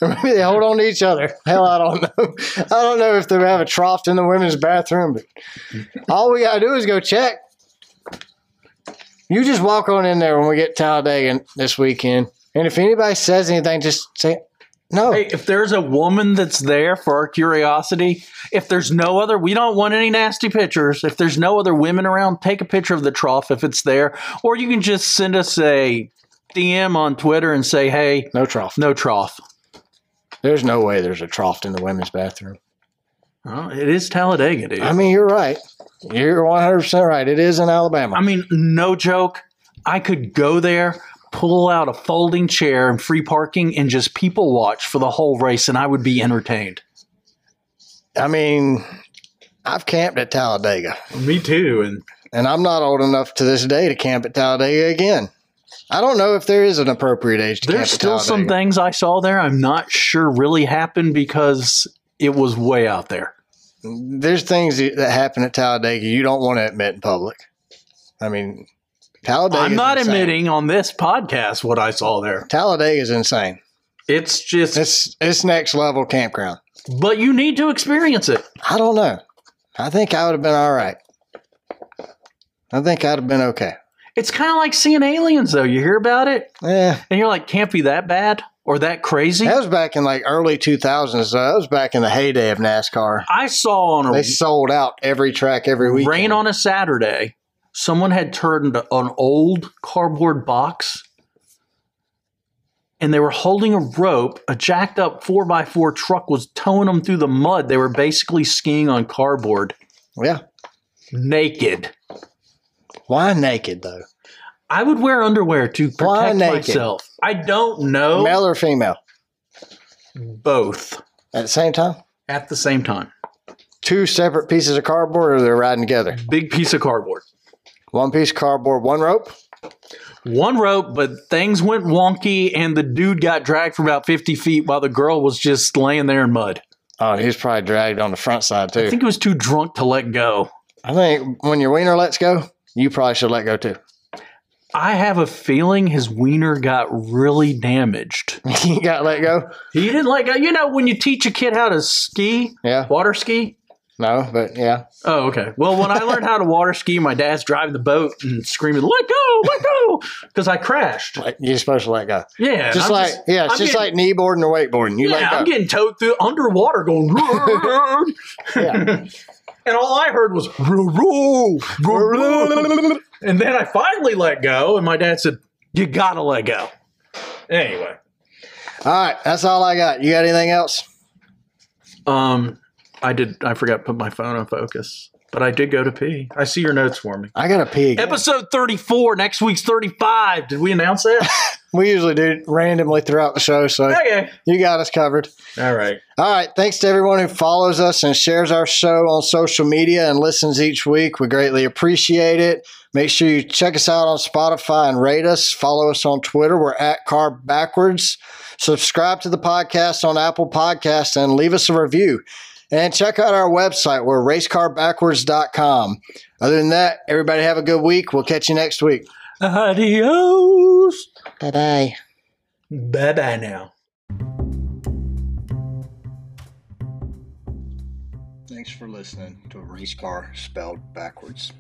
or maybe they hold on to each other. Hell, I don't know. [laughs] I don't know if they have a trough in the women's bathroom, but all we gotta do is go check. You just walk on in there when we get Talladega this weekend, and if anybody says anything, just say no.
[laughs] Hey, if there's a woman that's there for our curiosity, if there's no other, we don't want any nasty pictures. If there's no other women around, take a picture of the trough if it's there, or you can just send us a DM on Twitter and say, "Hey,
No trough.
no trough."
There's no way there's a trough in the women's bathroom.
Well, it is Talladega, dude.
I mean, you're right. You're 100% right. It is in Alabama.
I mean, no joke. I could go there, pull out a folding chair and free parking, and just people watch for the whole race, and I would be entertained.
I mean, I've camped at Talladega,
Me too. And
and I'm not old enough to this day to camp at Talladega again. I don't know if there is an appropriate age to
There's
camp
still
at
some
Talladega.
things I saw there I'm not sure really happened because it was way out there.
There's things that happen at Talladega you don't want to admit in public. I mean, Talladega.
I'm not
insane.
admitting on this podcast what I saw there.
Talladega is insane.
it's just
It's it's next level campground.
But you need to experience it.
I don't know. I think I would have been all right. I think I'd have been okay.
It's kind of like seeing aliens, though. You hear about it,
Yeah,
and you're like, can't be that bad or that crazy.
that was back in like early 2000s. So that was back in the heyday of NASCAR.
I saw on a
They sold out every track every week.
rain on a Saturday, someone had turned an old cardboard box and they were holding a rope. A jacked up 4x4 truck was towing them through the mud. They were basically skiing on cardboard
Yeah.
naked.
Why naked though?
I would wear underwear to
Why
protect
naked?
myself. I don't know.
Male or female
both
at the same time?
at the same time.
Two separate pieces of cardboard, or they're riding together.
Big piece of cardboard.
One piece of cardboard, one rope.
one rope, but things went wonky, and the dude got dragged for about 50 feet while the girl was just laying there in mud.
Oh, he's probably dragged on the front side too.
I think it was too drunk to let go.
when your wiener lets go, you probably should let go too. [laughs]
I have a feeling his wiener got really damaged.
you got to let go.
He didn't let go. You know, when you teach a kid how to ski,
Yeah.
water ski.
No, but yeah.
Oh, okay. Well, when I learned how to water ski, my dad's driving the boat and screaming, "Let go, let go!" because I crashed.
Like, you're supposed to let go.
Yeah, and
just
I'm
like yeah, it's
I'm
just
getting-
like kneeboarding or wakeboarding. You
yeah, I'm
let go.
getting towed through underwater, going.
yeah.
And all I heard was, "Roo, roo, roo, roo." and then I finally let go. And my dad said, You gotta let go. Anyway,
All right, that's all I got. You got anything else?
um, I did, I forgot to put my phone on focus, but I did go to pee. I see your notes for me.
I got a pee. Again.
Episode 34, next week's 35. Did we announce that?
We usually do randomly throughout the show, so
[laughs] okay.
you got us covered.
All right.
All right, thanks to everyone who follows us and shares our show on social media and listens each week. We greatly appreciate it. Make sure you check us out on Spotify and rate us. Follow us on Twitter. We're at Car Backwards. Subscribe to the podcast on Apple Podcasts and leave us a review. And check out our website. We're racecarbackwards.com. Other than that, everybody have a good week. We'll catch you next week.
Adios.
Bye bye.
Bye bye now.
Thanks for listening to Race Car Spelled Backwards.